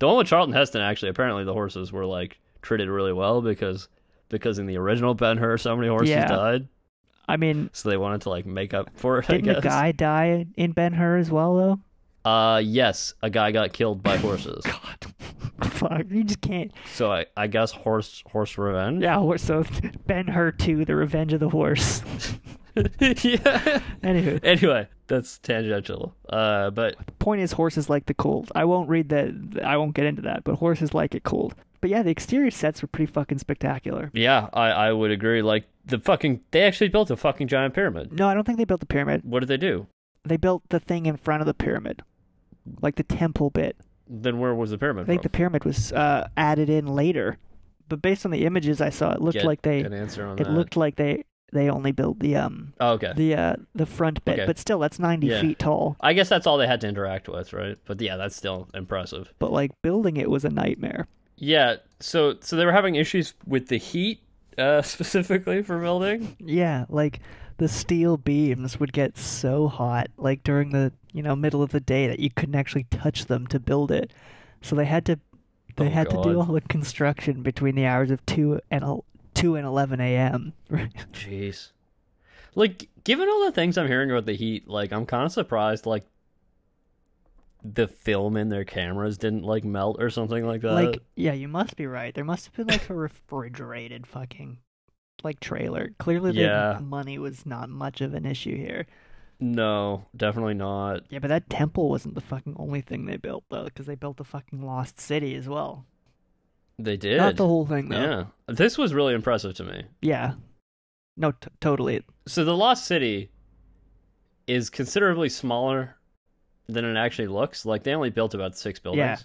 The one with Charlton Heston actually apparently the horses were like treated really well because because in the original Ben Hur so many horses
Yeah.
died,
I mean,
so they wanted to like make up for it.
didn't
I
the
guess.
guy die in Ben Hur as well though?
Uh, yes, a guy got killed by horses.
God, fuck! You just can't.
so I, I guess horse horse revenge.
Yeah, or- so Ben Hur too, The Revenge of the Horse.
Yeah.
Anywho,
Anyway, that's tangential. Uh, but
point is horses like the cold. I won't read the. I won't get into that, but horses like it cold. But yeah, the exterior sets were pretty fucking spectacular.
yeah, I I would agree. Like the fucking they actually built a fucking giant pyramid.
No, I don't think they built the pyramid.
What did they do?
They built the thing in front of the pyramid, like the temple bit.
Then where was the pyramid
I think the
from?
pyramid was uh, added in later. But based on the images I saw, it looked
Get
like they
an answer on
it
that.
looked like they they only built the um
Oh, okay.
the uh the front bit,
Okay.
but still that's 90
Yeah.
feet tall.
I guess that's all they had to interact with, right? But yeah, that's still impressive.
But like building it was a nightmare.
Yeah. So so they were having issues with the heat uh, specifically for building.
Yeah, like the steel beams would get so hot like during the, you know, middle of the day that you couldn't actually touch them to build it. So they had to they
Oh,
had to do
God.
all the construction between the hours of 2 and el- 2 and 11 a.m. Right.
Jeez. Like, given all the things I'm hearing about the heat, like I'm kind of surprised. Like, the film in their cameras didn't like melt or something like that.
like yeah, you must be right. There must have been like a refrigerated fucking like trailer. Clearly the
Yeah.
money was not much of an issue here.
no, definitely not.
Yeah, but that temple wasn't the fucking only thing they built though, because they built the fucking lost city as well.
They did.
Not the whole thing though.
Yeah, this was really impressive to me.
Yeah. No, t- totally.
So the Lost City is considerably smaller than it actually looks. Like they only built about six buildings.
Yeah.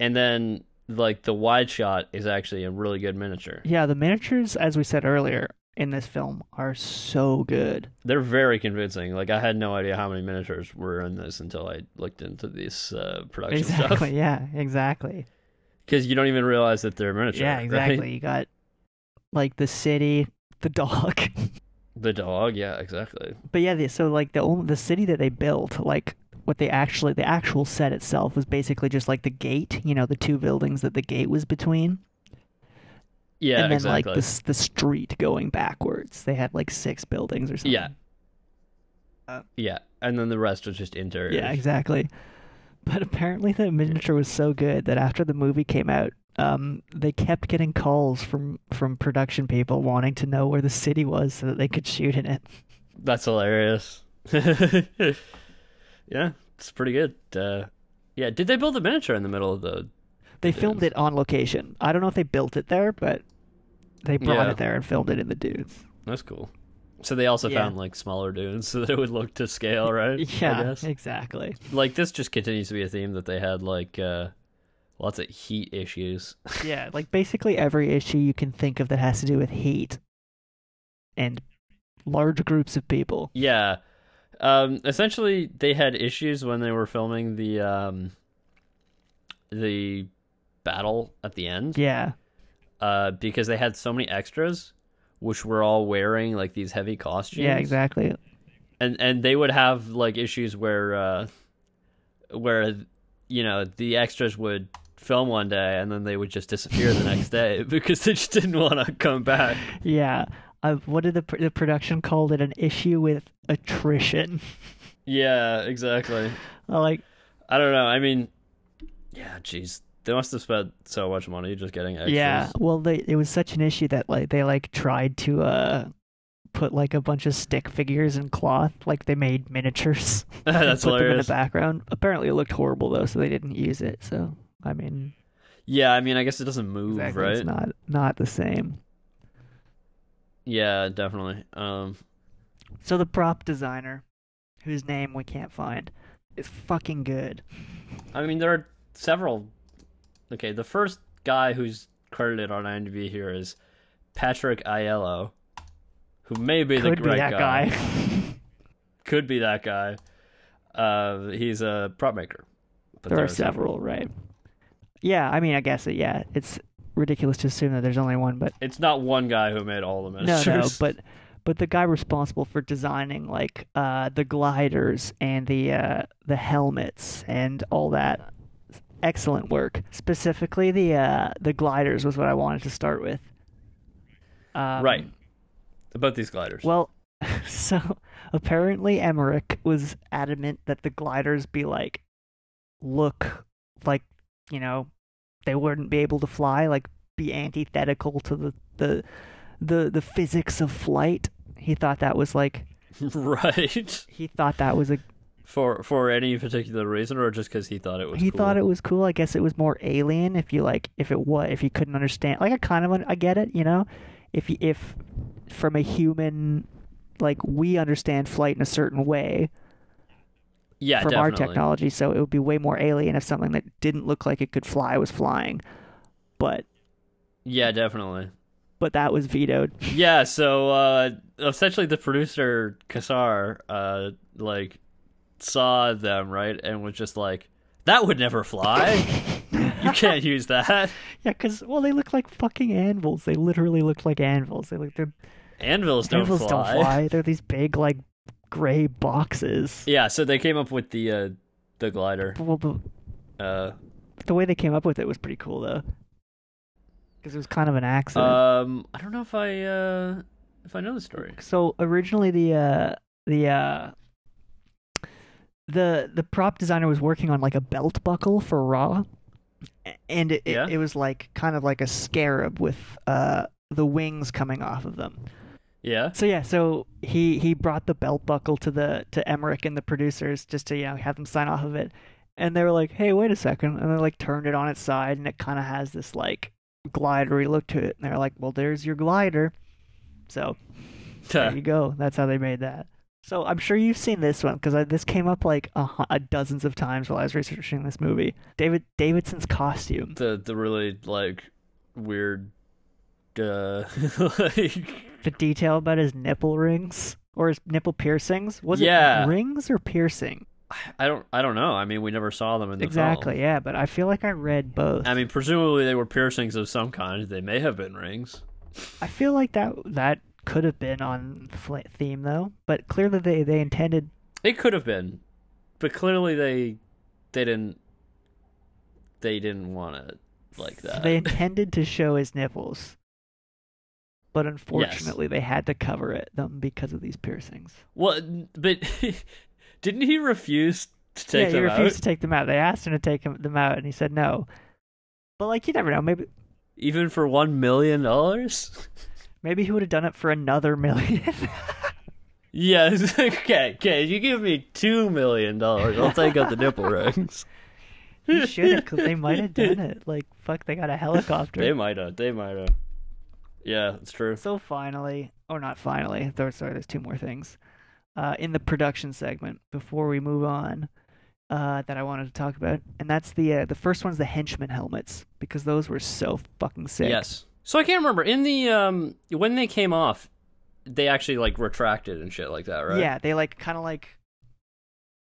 And then like the wide shot is actually a really good miniature.
Yeah, the miniatures, as we said earlier in this film, are so good.
They're very convincing. Like I had no idea how many miniatures were in this until I looked into this uh, production
Exactly.
stuff.
Yeah, exactly.
Because you don't even realize that they're miniature.
yeah,
right?
exactly. You got like the city, the dog.
The dog. Yeah, exactly.
but yeah, the, so like the only, the city that they built, like what they actually the actual set itself was basically just like the gate, you know, the two buildings that the gate was between.
Yeah,
and then
exactly.
like the s- the street going backwards. They had like six buildings or something.
Yeah. Yeah, and then the rest was just interiors.
Yeah, exactly. But apparently the miniature was so good that after the movie came out, um, they kept getting calls from from production people wanting to know where the city was so that they could shoot in it.
That's hilarious. yeah, it's pretty good. Uh, yeah, did they build a miniature in the middle of the?
They filmed
Dunes.
it on location. I don't know if they built it there, but they brought
Yeah.
it there and filmed it in the dunes.
That's cool. So they also
Yeah.
found like smaller dunes, so that it would look to scale, right? I
Yeah,
guess.
exactly.
Like this just continues to be a theme that they had like uh, lots of heat issues.
Yeah, like basically every issue you can think of that has to do with heat and large groups of people.
yeah. Um, essentially, they had issues when they were filming the um, the battle at the end.
Yeah.
uh, because they had so many extras, which were all wearing like these heavy costumes.
Yeah, exactly.
And and they would have like issues where, uh, where you know the extras would film one day and then they would just disappear the next day because they just didn't want to come back.
Yeah. Uh, what did the, pr- the production called it? An issue with attrition.
Yeah, exactly.
Uh, like,
I don't know. I mean, yeah, jeez, they must have spent so much money just getting extras.
yeah. Well, they, it was such an issue that like they like tried to uh put like a bunch of stick figures in cloth. Like they made miniatures. and
that's
put them in the
hilarious.
background. Apparently, it looked horrible though, so they didn't use it. So I mean,
Yeah, I mean, I guess it doesn't move,
exactly,
right?
it's not not the same.
Yeah, definitely. Um,
So the prop designer, whose name we can't find, is fucking good.
I mean, there are several. Okay, the first guy who's credited on IMDb here is Patrick Aiello, who may be the
Could be
correct
that guy.
Could be that guy. Uh, he's a prop maker. But
there are several, right? Yeah, I mean, I guess it. Yeah, it's ridiculous to assume that there's only one, but
It's not one guy who made all the
no,
miniatures.
no, but but the guy responsible for designing like uh, the gliders and the uh, the helmets and all that excellent work. Specifically, the uh, the gliders was what I wanted to start with. Um,
right. About these gliders.
Well, so apparently Emmerich was adamant that the gliders be like look like you know they wouldn't be able to fly, like be antithetical to the the the, the physics of flight. He thought that was like
right.
he thought that was a
For for any particular reason, or just because he thought it was.
he
cool?
thought it was cool. I guess it was more alien if you like if it was if you couldn't understand. Like I kind of un- I get it, you know. If you, if from a human like we understand flight in a certain way,
yeah,
from
definitely.
our technology, so it would be way more alien if something that didn't look like it could fly was flying. But
Yeah, definitely.
but that was vetoed.
Yeah, so uh, essentially the producer Kassar uh, like saw them right and was just like, "That would never fly. you can't use that."
Yeah, because well, they look like fucking anvils. They literally look like anvils. They look they're
Anvils don't
anvils
fly.
don't fly. They're these big like gray boxes.
Yeah, so they came up with the uh, the glider.
Well, the
Uh,
the way they came up with it was pretty cool though, because it was kind of an accident.
um, I don't know if I uh, if I know the story.
so originally the uh the uh the the prop designer was working on like a belt buckle for raw a- and it,
Yeah.
it, it was like kind of like a scarab with uh the wings coming off of them
Yeah,
so yeah so he he brought the belt buckle to the to emmerich and the producers just to you know have them sign off of it and they were like hey wait a second and they like turned it on its side and it kind of has this like glidery look to it and they're like well there's your glider so there you go. That's how they made that. So I'm sure you've seen this one because this came up like a, hu- a dozens of times while I was researching this movie. David Davidson's costume.
the the really like weird. Uh, like,
The detail about his nipple rings or his nipple piercings. Was
Yeah.
it rings or piercing?
I don't I don't know. I mean, we never saw them in the film.
Exactly. Yeah, but I feel like I read both.
I mean, presumably they were piercings of some kind. They may have been rings.
I feel like that that could have been on the fl- theme though, but clearly they they intended.
It could have been, but clearly they they didn't they didn't want it like that.
They intended to show his nipples, but unfortunately they had to cover it them because of these piercings.
Well, but didn't he refuse to take
yeah,
them
he refused
out?
to take them out. They asked him to take him- them out, and he said no. But like, you never know. Maybe
Even for one million dollars?
maybe he would have done it for another million.
Yes. Okay. Okay. You give me two million dollars, I'll take out the nipple rings.
he should have. 'cause They might have done it. Like, fuck, they got a helicopter.
They might have. They might have. Yeah, it's true.
So finally, or not finally, there, sorry, there's two more things. Uh, in the production segment, before we move on, uh, that I wanted to talk about, and that's the uh, the first one's the henchman helmets because those were so fucking sick.
Yes. So I can't remember in the um when they came off, they actually like retracted and shit like that, right?
Yeah, they like kind of like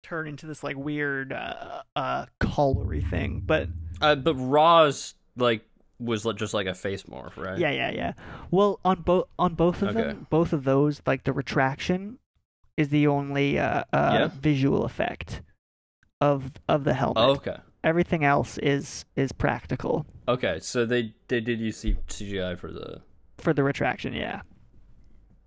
turn into this like weird uh uh colliery thing. But
Uh, but Raw's like was like, just like a face morph, right?
yeah, yeah, yeah. Well, on both on both of
Okay.
them, both of those like the retraction is the only uh, uh
Yeah.
visual effect of of the helmet.
Oh, okay.
Everything else is is practical
Okay. So they they did use C- CGI for the
for the retraction, yeah.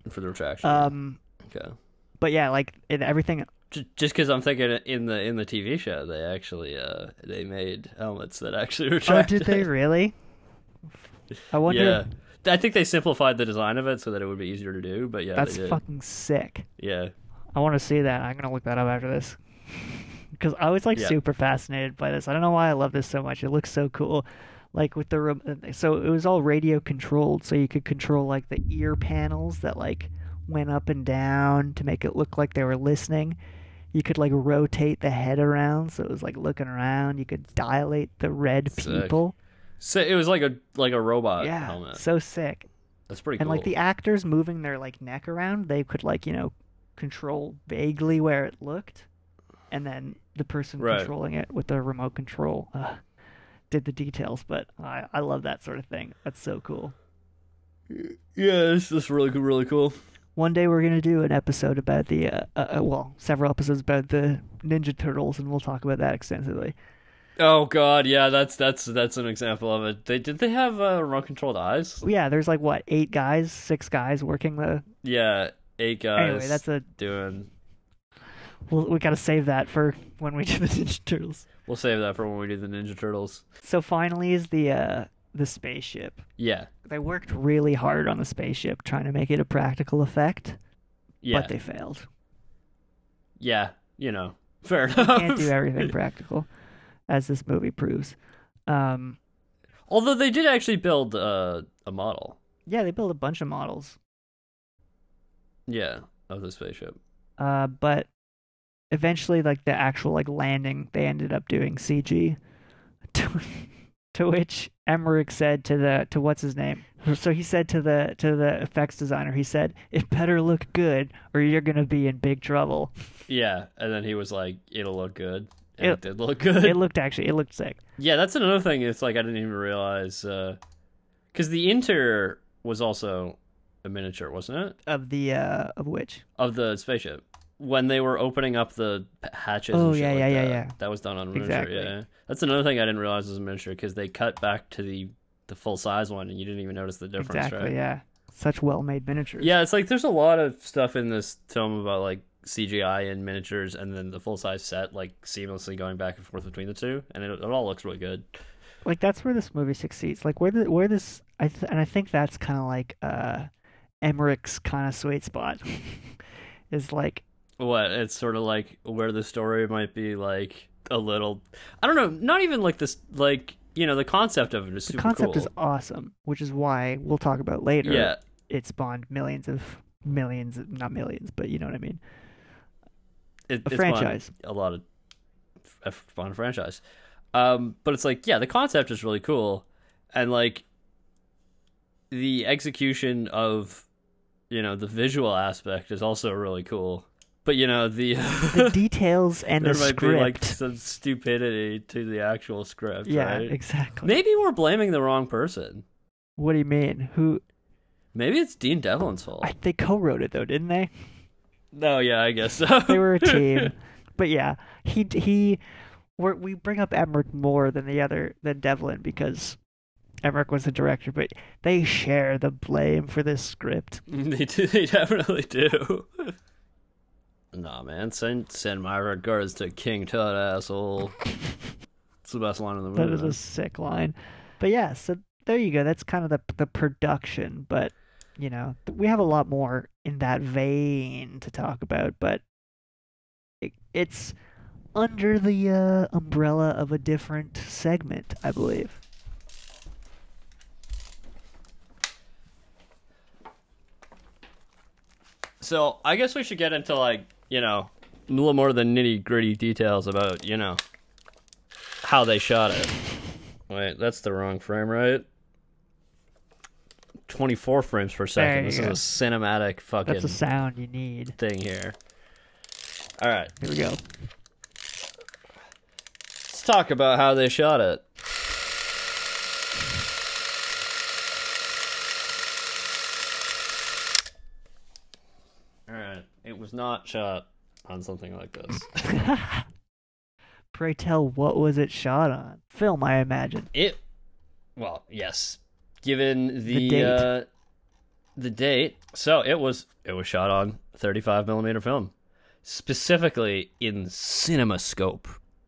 for the retraction.
Um
okay.
but yeah, like it, everything
J- Just because I'm thinking in the in the TV show, they actually uh they made helmets that actually
Oh,
retracted.
did they really? I wonder
Yeah. I think they simplified the design of it so that it would be easier to do. But yeah,
that's
they did.
fucking sick.
yeah.
I want to see that. I'm gonna look that up after this because I was like
Yeah.
super fascinated by this. I don't know why I love this so much. It looks so cool. Like with the rem- uh, so it was all radio controlled, so you could control like the ear panels that like went up and down to make it look like they were listening, you could like rotate the head around so it was like looking around. You could dilate the red
Sick.
people.
So it was like a like a robot
yeah,
helmet.
so sick.
That's pretty
and
cool.
like the actors moving their like neck around, they could like you know control vaguely where it looked, and then the person
Right.
controlling it with the remote control uh, did the details. But I I love that sort of thing. That's so cool.
yeah, this is really cool. Really cool.
One day we're gonna do an episode about the uh, uh, uh, well, several episodes about the Ninja Turtles, and we'll talk about that extensively.
Oh god, yeah, that's that's that's an example of it. They did they have uh, remote controlled eyes?
Yeah, there's like what eight guys, six guys working the.
Yeah, eight guys.
anyway, that's a.
doing.
We'll, we gotta save that for when we do the Ninja Turtles.
We'll save that for when we do the Ninja Turtles.
So finally, is the uh the spaceship.
Yeah,
they worked really hard on the spaceship trying to make it a practical effect,
yeah,
but they failed.
yeah. You know, fair enough.
Can't do everything practical, as this movie proves. Um,
Although they did actually build uh, a model.
yeah, they built a bunch of models,
Yeah, of the spaceship.
uh, but eventually, like the actual like landing, they ended up doing CG. To, to which Emmerich said to the to what's his name? So he said to the to the effects designer, he said, "It better look good, or you're gonna be in big trouble."
Yeah, and then he was like, "It'll look good." And it,
It-
did look good.
It looked actually, it looked sick.
yeah, that's another thing. It's like I didn't even realize because the interior was also a miniature, wasn't it,
Of the uh, of which
of the spaceship when they were opening up the p- hatches.
Oh,
and shit
yeah,
like
yeah, yeah,
that.
yeah.
That was done on a miniature.
Exactly.
Yeah, that's another thing I didn't realize was a miniature because they cut back to the the full size one, and you didn't even notice the difference.
Exactly.
right?
Yeah. Such well-made miniatures.
Yeah, it's like there's a lot of stuff in this film about like CGI and miniatures, and then the full size set like seamlessly going back and forth between the two, and it, it all looks really good.
Like that's where this movie succeeds. Like where the where this I th- and I think that's kind of like uh Emmerich's kind of sweet spot. is like
What it's sort of like where the story might be like a little, I don't know, not even like this, like you know, the concept of it is
the
super
concept
cool.
is awesome, which is why we'll talk about later.
yeah,
It spawned millions of millions, not millions, but you know what I mean.
it,
A
it's fun.
franchise.
a lot of a fun franchise. Um, but it's like, yeah, the concept is really cool, and like the execution of you know the visual aspect is also really cool. But you know the
The details and
there
the
might
script.
be like some stupidity to the actual script.
yeah,
right?
exactly.
maybe we're blaming the wrong person.
What do you mean? Who
Maybe it's Dean Devlin's fault.
I, they co-wrote it though, didn't they?
No, yeah, I guess so.
they were a team. but yeah, he he, we're, we bring up Emmerich more than the other than Devlin because Emmerich was the director, but they share the blame for this script.
They do. They definitely do. nah, man. Send send my regards to King Tut, asshole. It's the best line in the
That is
movie.
a sick line. But yeah, so there you go. That's kind of the the production, but you know we have a lot more in that vein to talk about, but it, it's under the uh, umbrella of a different segment, I believe.
so I guess we should get into like you know a little more of the nitty gritty details about you know how they shot it. Wait, that's the wrong frame, right? Twenty four frames per
There
second.
you
This
go.
is a cinematic fucking
That's a sound you need.
thing here. All right.
Here we go.
Let's talk about how they shot it. Alright, it was not shot on something like this.
Pray tell, what was it shot on? Film, I imagine.
It, well, yes, given the
date.
Uh, the date, so it was it was shot on 35 millimeter film, specifically in CinemaScope.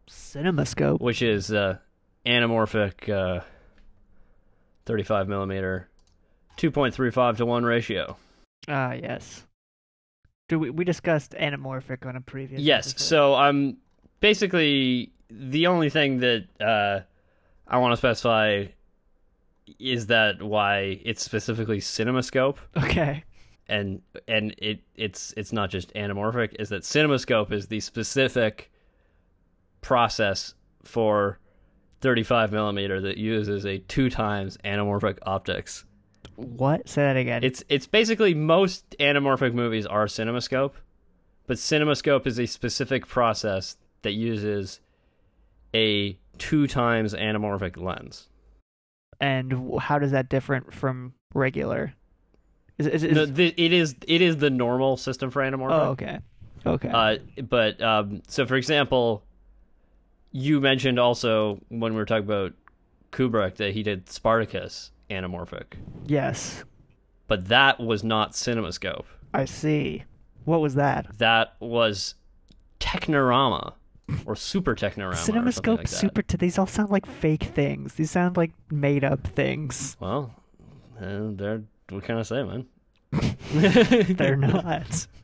CinemaScope.
which is uh, anamorphic uh, 35 millimeter 2.35 to 1 ratio
Ah, yes. Do we we discussed anamorphic on a previous?
yes
episode.
so i'm basically the only thing that uh, i want to specify is that why it's specifically cinemascope
okay.
and and it it's it's not just anamorphic is that cinemascope is the specific process for 35 millimeter that uses a two times anamorphic optics
What? Say that again.
it's it's basically most anamorphic movies are cinemascope but cinemascope is a specific process that uses a two times anamorphic lens
and w- how does that different from regular? Is, is, is
no, th- it is it is the normal system for anamorphic
oh okay, okay.
Uh, but um, so, for example, you mentioned also when we were talking about Kubrick that he did Spartacus anamorphic,
yes,
but that was not CinemaScope.
I see. What was that?
That was Technorama or Super Technorama. or something
Cinemascope,
like that.
Super. T- these all sound like fake things. These sound like made up things.
Well, uh, they're what can I say, man?
They're not.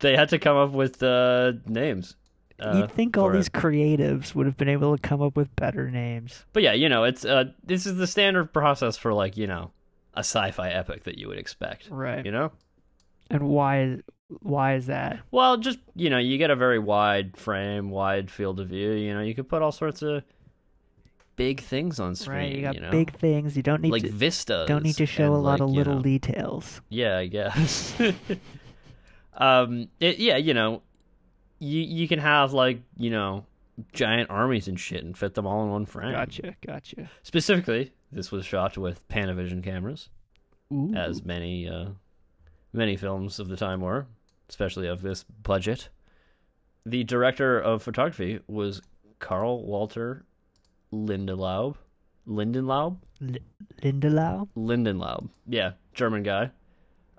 They had to come up with uh, names. Uh,
You'd think all
for it.
these creatives would have been able to come up with better names.
But yeah, you know, it's uh, this is the standard process for like you know a sci-fi epic that you would expect.
Right.
You know.
And why? Why is that?
Well, just you know, you get a very wide frame, wide field of view. You know, you can put all sorts of big things on screen.
right. You got
know?
big things. You don't need
like
to.
vistas.
Don't need to show
and,
a
like,
lot of
you
little
know-
details.
yeah, I guess. um, it, yeah, you know, you you can have like you know giant armies and shit and fit them all in one frame.
Gotcha. Gotcha.
Specifically, this was shot with Panavision cameras,
Ooh.
as many uh, many films of the time were, especially of this budget. The director of photography was Carl Walter Lindenlaub. Lindenlaub?
L- Lindelof.
Lindenlaub. Yeah, German guy.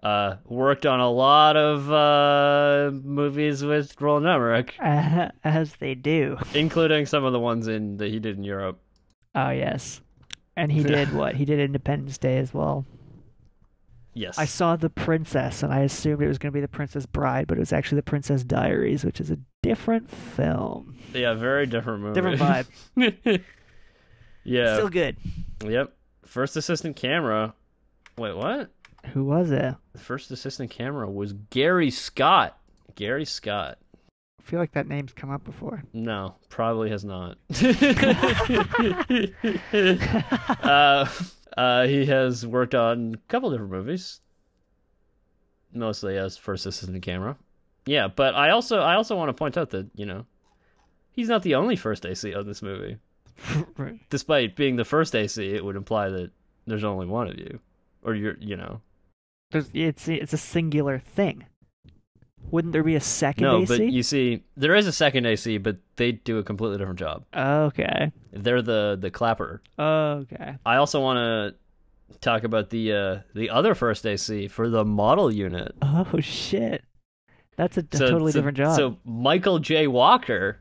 Uh, worked on a lot of uh, movies with Roland Emmerich,
Uh, as they do.
including some of the ones in that he did in Europe.
Oh yes. And he did what? He did Independence Day as well.
Yes.
I saw The Princess and I assumed it was going to be The Princess Bride, but it was actually The Princess Diaries, which is a different film.
yeah, very different movie.
Different vibe.
yeah.
Still good.
Yep. First assistant camera. Wait, what?
Who was it? I
The first assistant camera was Gary Scott. Gary Scott.
feel like that name's come up before.
No, probably has not. uh, uh, he has worked on a couple different movies, mostly as first assistant camera. Yeah, but I also I also want to point out that you know he's not the only first AC on this movie. Despite being the first AC, it would imply that there's only one of you, or you're you know
There's, it's it's a singular thing. Wouldn't there be a second
no,
AC?
but you see, there is a second AC, but they do a completely different job.
Okay.
They're the the clapper.
Okay.
I also want to talk about the uh, the other first AC for the model unit.
Oh shit. That's a d- totally different job.
So Michael J. Walker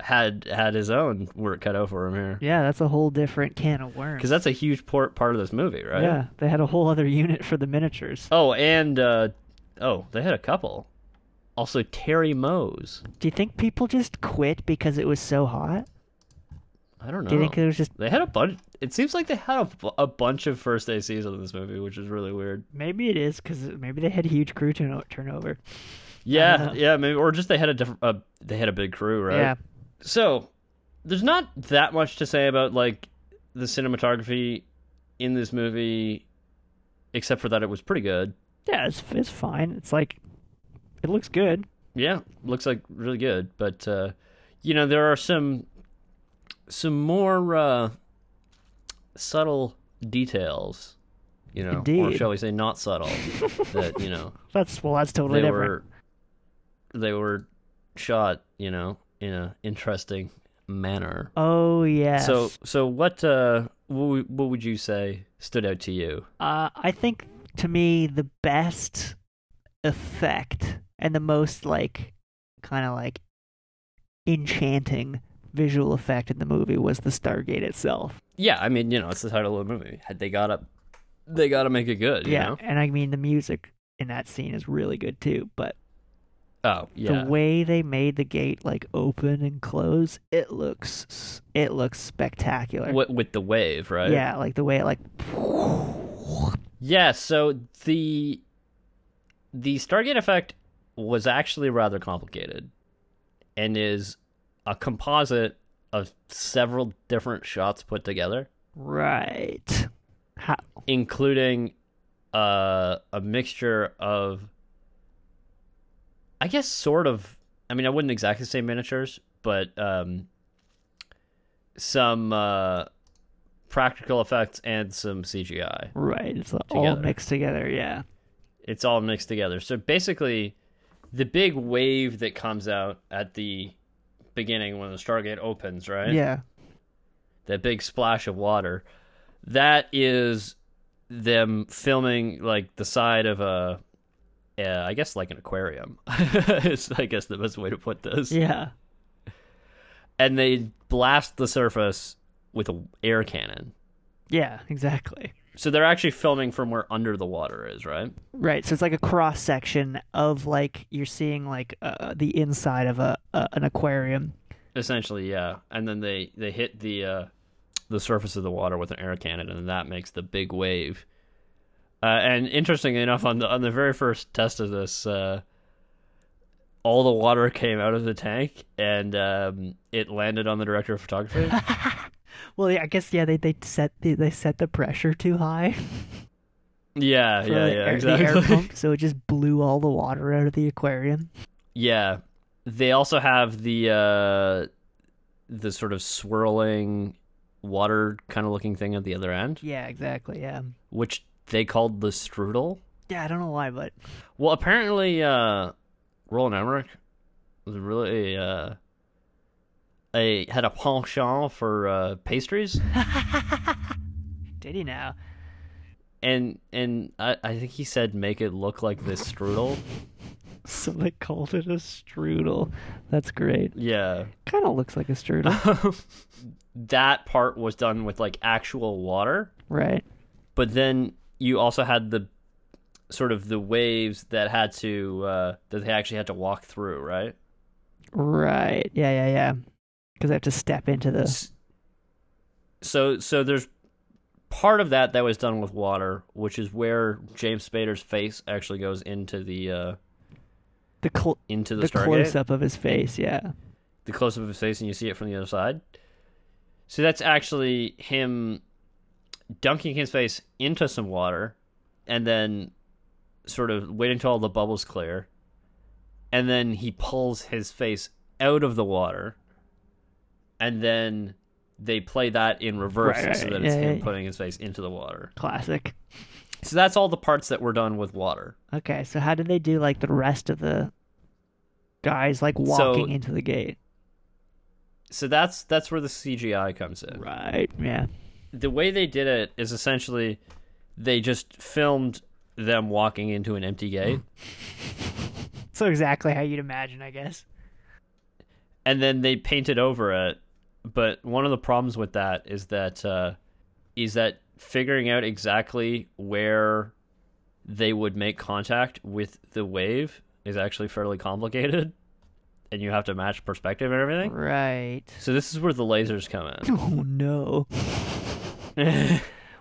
had had his own work cut out for him here
yeah, that's a whole different can of worms.
because that's a huge port part of this movie, right?
Yeah, they had a whole other unit for the miniatures.
Oh, and uh, oh, they had a couple. Also, Terry Mose.
Do you think people just quit because it was so hot?
I don't know.
Do you think it was just
They had a bunch. It seems like they had a, bu- a bunch of first ACs in this movie, which is really weird.
maybe it is because maybe they had huge crew turno- turnover.
Yeah,
know.
yeah, maybe, or just they had a different. Uh, they had a big crew, right?
Yeah,
So there's not that much to say about like the cinematography in this movie, except for that it was pretty good.
yeah, it's it's fine. It's like it looks good.
Yeah, looks like really good, but uh, you know there are some some more uh, subtle details. You know, or
Indeed.
shall we say, not subtle? that you know
That's well, that's totally
they
different.
were they were shot, you know, in a interesting manner.
Oh yes.
So so what uh what, would- what would you say stood out to you?
Uh, I think to me the best effect and the most like kind of like enchanting visual effect in the movie was the Stargate itself.
Yeah, I mean, you know, it's the title of the movie. Had they got up they got to make it good, you
yeah,
know?
and I mean the music in that scene is really good too, but
Oh, yeah.
the way they made the gate like open and close, it looks s- it looks spectacular.
Wi- with the wave, right?
Yeah, like the way it like
Yeah, so the the Stargate effect was actually rather complicated and is a composite of several different shots put together,
Right. How?
including uh, a mixture of, I guess, sort of. I mean, I wouldn't exactly say miniatures, but um, some uh, practical effects and some CGI.
Right. It's all
Together.
mixed together. Yeah.
it's all mixed together. So basically, the big wave that comes out at the beginning when the Stargate opens, right?
Yeah.
That big splash of water, that is them filming like the side of a, uh, I guess like an aquarium. is I guess the best way to put this.
Yeah.
And they blast the surface with an air cannon.
Yeah. Exactly.
So they're actually filming from where under the water is, right?
Right. So it's like a cross section of like you're seeing like uh, the inside of a uh, an aquarium.
Essentially, yeah. And then they they hit the uh, the surface of the water with an air cannon, and that makes the big wave. Uh, and interestingly enough, on the on the very first test of this, uh, all the water came out of the tank, and um, it landed on the director of photography.
Well, yeah, I guess yeah they they set the, they set the pressure too high
yeah,
for
yeah,
the,
yeah,
air, the
exactly.
air pump, so it just blew all the water out of the aquarium.
Yeah. They also have the uh, the sort of swirling water kind of looking thing at the other end,
Yeah, exactly. Yeah.
which they called the strudel.
Yeah, I don't know why, but
Well, apparently, uh, Roland Emmerich was really uh, a had a penchant for uh, pastries,
did he now?
and and I, I think he said make it look like this strudel.
So they called it a strudel. That's great.
Yeah,
Kind of looks like a strudel,
that part was done with like actual water,
right?
but then you also had the sort of the waves that had to uh, that they actually had to walk through, right?
Right. Yeah, yeah, yeah. Because I have to step into the
S- so so there's part of that that was done with water which is where james spader's face actually goes into the uh
the cl-
into the,
the
stargate
close up of his face. Yeah.
the close-up of his face and you see it from the other side so that's actually him dunking his face into some water and then sort of waiting until all the bubbles clear and then he pulls his face out of the water and then they play that in reverse
Right,
so
right,
that it's
yeah,
him
yeah.
putting his face into the water
Classic.
so that's all the parts that were done with water
Okay, so how did they do like the rest of the guys like walking into the gate?
so that's that's where the cgi comes in
Right. Yeah.
the way they did it is essentially they just filmed them walking into an empty gate
So exactly how you'd imagine, I guess.
and then they painted over it but one of the problems with that is that uh, is that figuring out exactly where they would make contact with the wave is actually fairly complicated and you have to match perspective and everything
Right.
so this is where the lasers come in
Oh no.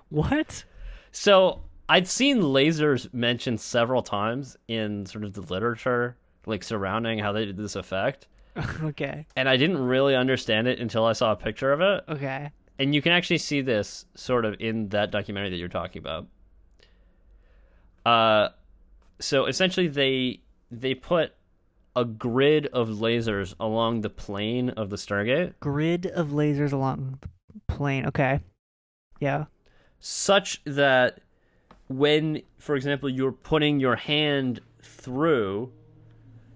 What?
So I'd seen lasers mentioned several times in sort of the literature, like surrounding how they did this effect.
okay.
And I didn't really understand it until I saw a picture of it.
Okay.
And you can actually see this sort of in that documentary that you're talking about. Uh, so essentially, they they put a grid of lasers along the plane of the Stargate,
Grid of lasers along the plane. Okay. Yeah.
such that when, for example, you're putting your hand through,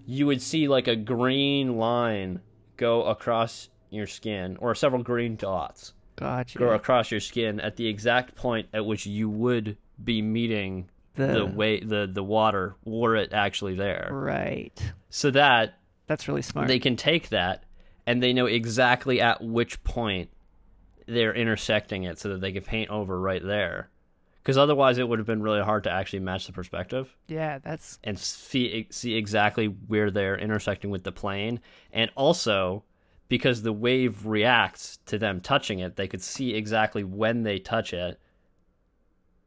you would see like a green line go across your skin, or several green dots
Gotcha.
go across your skin at the exact point at which you would be meeting
the,
the way the the water were it actually there,
right.
so that
That's really smart.
they can take that and they know exactly at which point they're intersecting it so that they can paint over right there because otherwise it would have been really hard to actually match the perspective
yeah, that's
and see, see exactly where they're intersecting with the plane and also because the wave reacts to them touching it they could see exactly when they touch it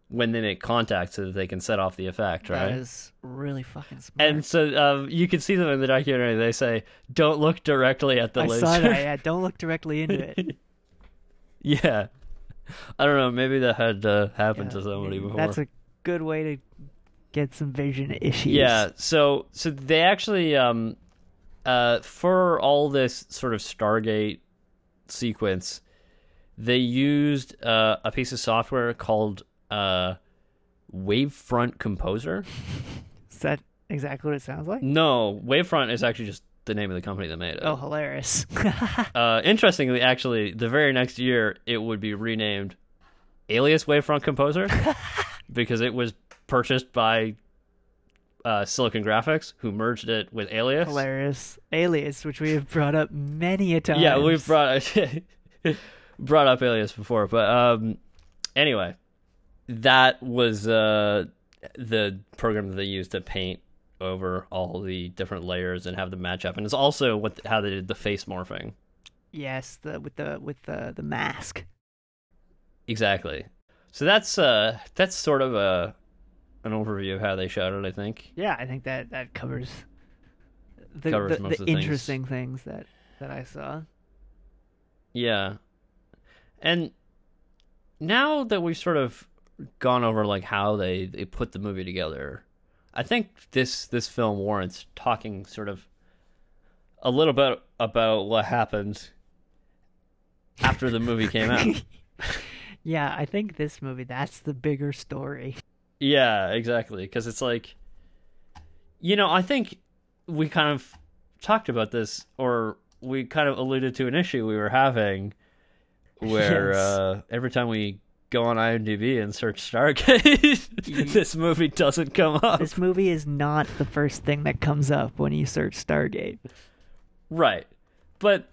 when they make contact so that they can set off the effect,
That
right?
is really fucking smart.
and so um, you can see them in the documentary. They say, "Don't look directly at the
I
laser."
saw that. Yeah, don't look directly into it.
yeah, I don't know. Maybe that had uh, happened
Yeah,
to somebody before.
That's a good way to get some vision issues.
Yeah, so so they actually um uh for all this sort of Stargate sequence, they used uh, a piece of software called uh Wavefront Composer.
Is that exactly what it sounds like?
No, Wavefront is actually just the name of the company that made it.
Oh, hilarious.
Uh interestingly actually, the very next year it would be renamed Alias Wavefront Composer because it was purchased by uh, Silicon Graphics, who merged it with Alias.
hilarious. Alias, which we have brought up many a time.
Yeah, we've brought brought up Alias before, but um, anyway, that was uh, the program that they used to paint over all the different layers and have them match up, and it's also what how they did the face morphing
Yes, the with the with the the mask.
exactly. So that's uh, that's sort of a an overview of how they shot it. I think
Yeah, I think that that covers the
Covers
the,
most
the
of the things.
interesting things that that I saw.
Yeah. And now that we've sort of gone over like how they, they put the movie together, I think this this film warrants talking sort of a little bit about what happened after the movie came out.
Yeah, I think this movie that's the bigger story.
Yeah, exactly. Because it's like, you know, I think we kind of talked about this, or we kind of alluded to an issue we were having, where
Yes.
uh, every time we go on IMDb and search Stargate, this movie doesn't come up.
This movie is not the first thing that comes up when you search Stargate.
Right. But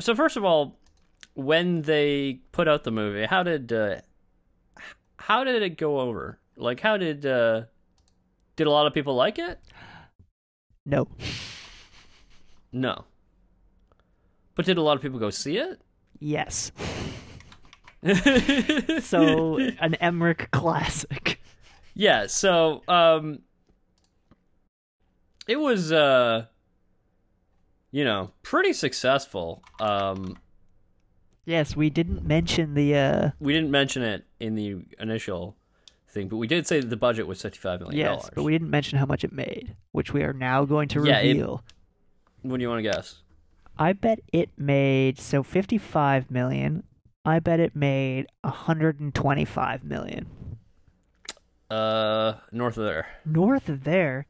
so first of all, when they put out the movie, how did uh, h- how did it go over? Like, how did uh, did a lot of people like it?
No.
No. But did a lot of people go see it?
Yes. So an Emmerich classic.
yeah, so um it was uh you know, pretty successful. Um
Yes, we didn't mention the uh
we didn't mention it in the initial thing, but we did say that the budget was $55 million.
yes, but we didn't mention how much it made, which we are now going to
Yeah, it-
reveal.
What do you want to guess?
I bet it made so 55 million. I bet it made 125 million.
Uh north of there.
North of there.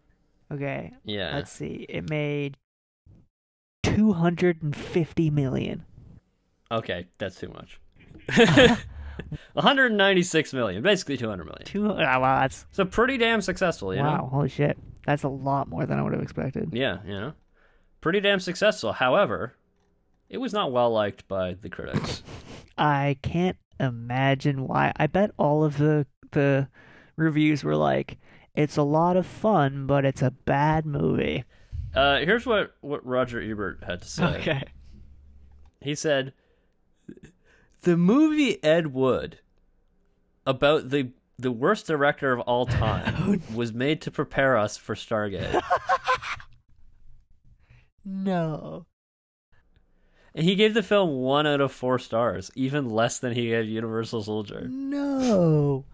Okay,
Yeah.
let's see. It made 250 million.
Okay, that's too much. 196 million, basically 200 million.
Two, ah, wow, that's
So pretty damn successful, you know?
wow, holy shit. That's a lot more than I would have expected.
Yeah, you know, pretty damn successful. However, it was not well liked by the critics.
I can't imagine why. I bet all of the the reviews were like, "It's a lot of fun, but it's a bad movie."
uh, here's what what Roger Ebert had to say. He said, "The movie Ed Wood about the the worst director of all time was made to prepare us for Stargate."
No.
and he gave the film one out of four stars, even less than he gave Universal Soldier.
No.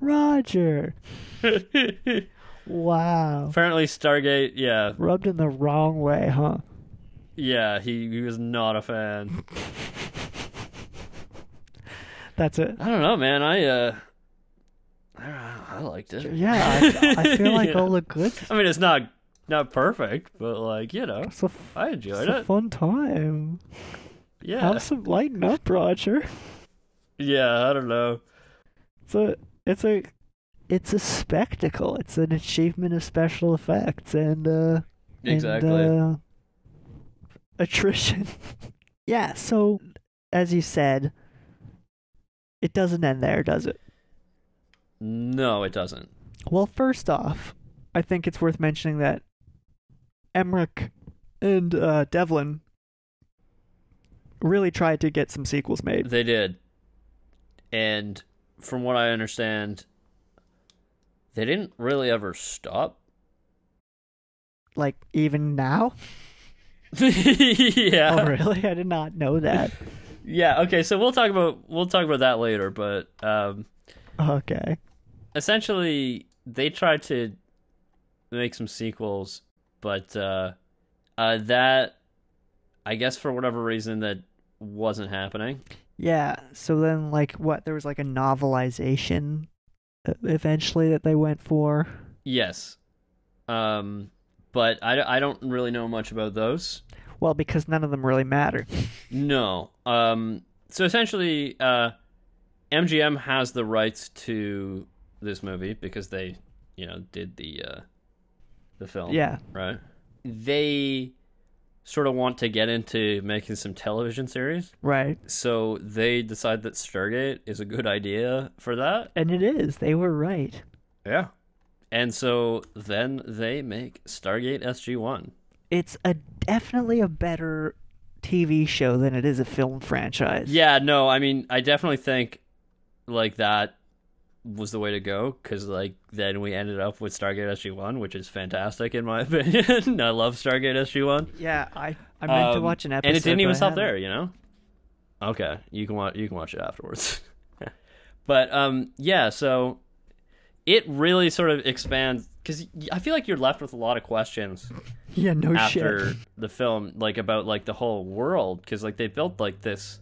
Roger. Wow.
Apparently, Stargate, yeah,
Rubbed in the wrong way, huh?
yeah, he, he was not a fan.
That's it.
I don't know, man. I uh, I, don't know, I liked it.
Yeah, I, I feel like
Yeah.
all the good.
I mean, it's not not perfect, but like you know,
It's a, f-
I
it's
enjoyed
a
it.
fun time.
Yeah,
Have some lighten up, Roger.
yeah. I don't know.
It's a it's a it's a spectacle. It's an achievement of special effects and uh
Exactly.
and, uh, attrition. yeah, so as you said, it doesn't end there, does it?
no, it doesn't.
Well, first off, I think it's worth mentioning that Emmerich and uh, Devlin really tried to get some sequels made.
They did, and from what I understand, they didn't really ever stop.
Like even now?
yeah.
Oh really? I did not know that.
Yeah. Okay. So we'll talk about we'll talk about that later. But um,
Okay.
essentially, they tried to make some sequels, but uh, uh, that I guess for whatever reason that wasn't happening.
Yeah. So then, like, what? There was like a novelization uh, eventually that they went for.
Yes. Um, but I, I don't really know much about those.
Well, because none of them really matter.
No. Um, so essentially, uh, MGM has the rights to this movie because they, you know, did the uh, the film.
Yeah.
Right. They sort of want to get into making some television series,
Right.
so they decide that Stargate is a good idea for that.
And it is. They were right.
Yeah. And so then they make Stargate SG One.
It's a definitely a better TV show than it is a film franchise.
Yeah, no, I mean, I definitely think like that was the way to go because like then we ended up with Stargate SG One, which is fantastic in my opinion. I love Stargate SG One.
Yeah. I I meant to
Um,
watch an episode,
and it didn't
but
even
I
stop
haven't.
there. You know? Okay, you can watch you can watch it afterwards. but um, yeah, so it really sort of expands because I feel like you're left with a lot of questions
Yeah. No
after
Oh, shit.
the film like about like the whole world because like they built like this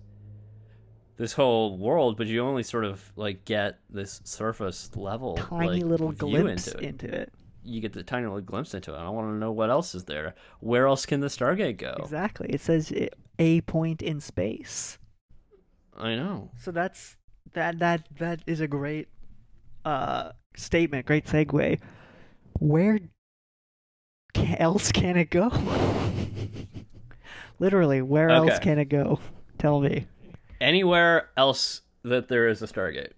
this whole world but you only sort of like get this surface level
Tiny
like,
little
view
glimpse
into it.
into it.
you get the tiny little glimpse into it i want to know what else is there where else can the stargate go
Exactly. It says i- a point in space.
i know
So that's that that that is a great uh statement, great segue. Where ca else can it go? Literally, where else
Okay.
can it go? Tell me.
anywhere else that there is a stargate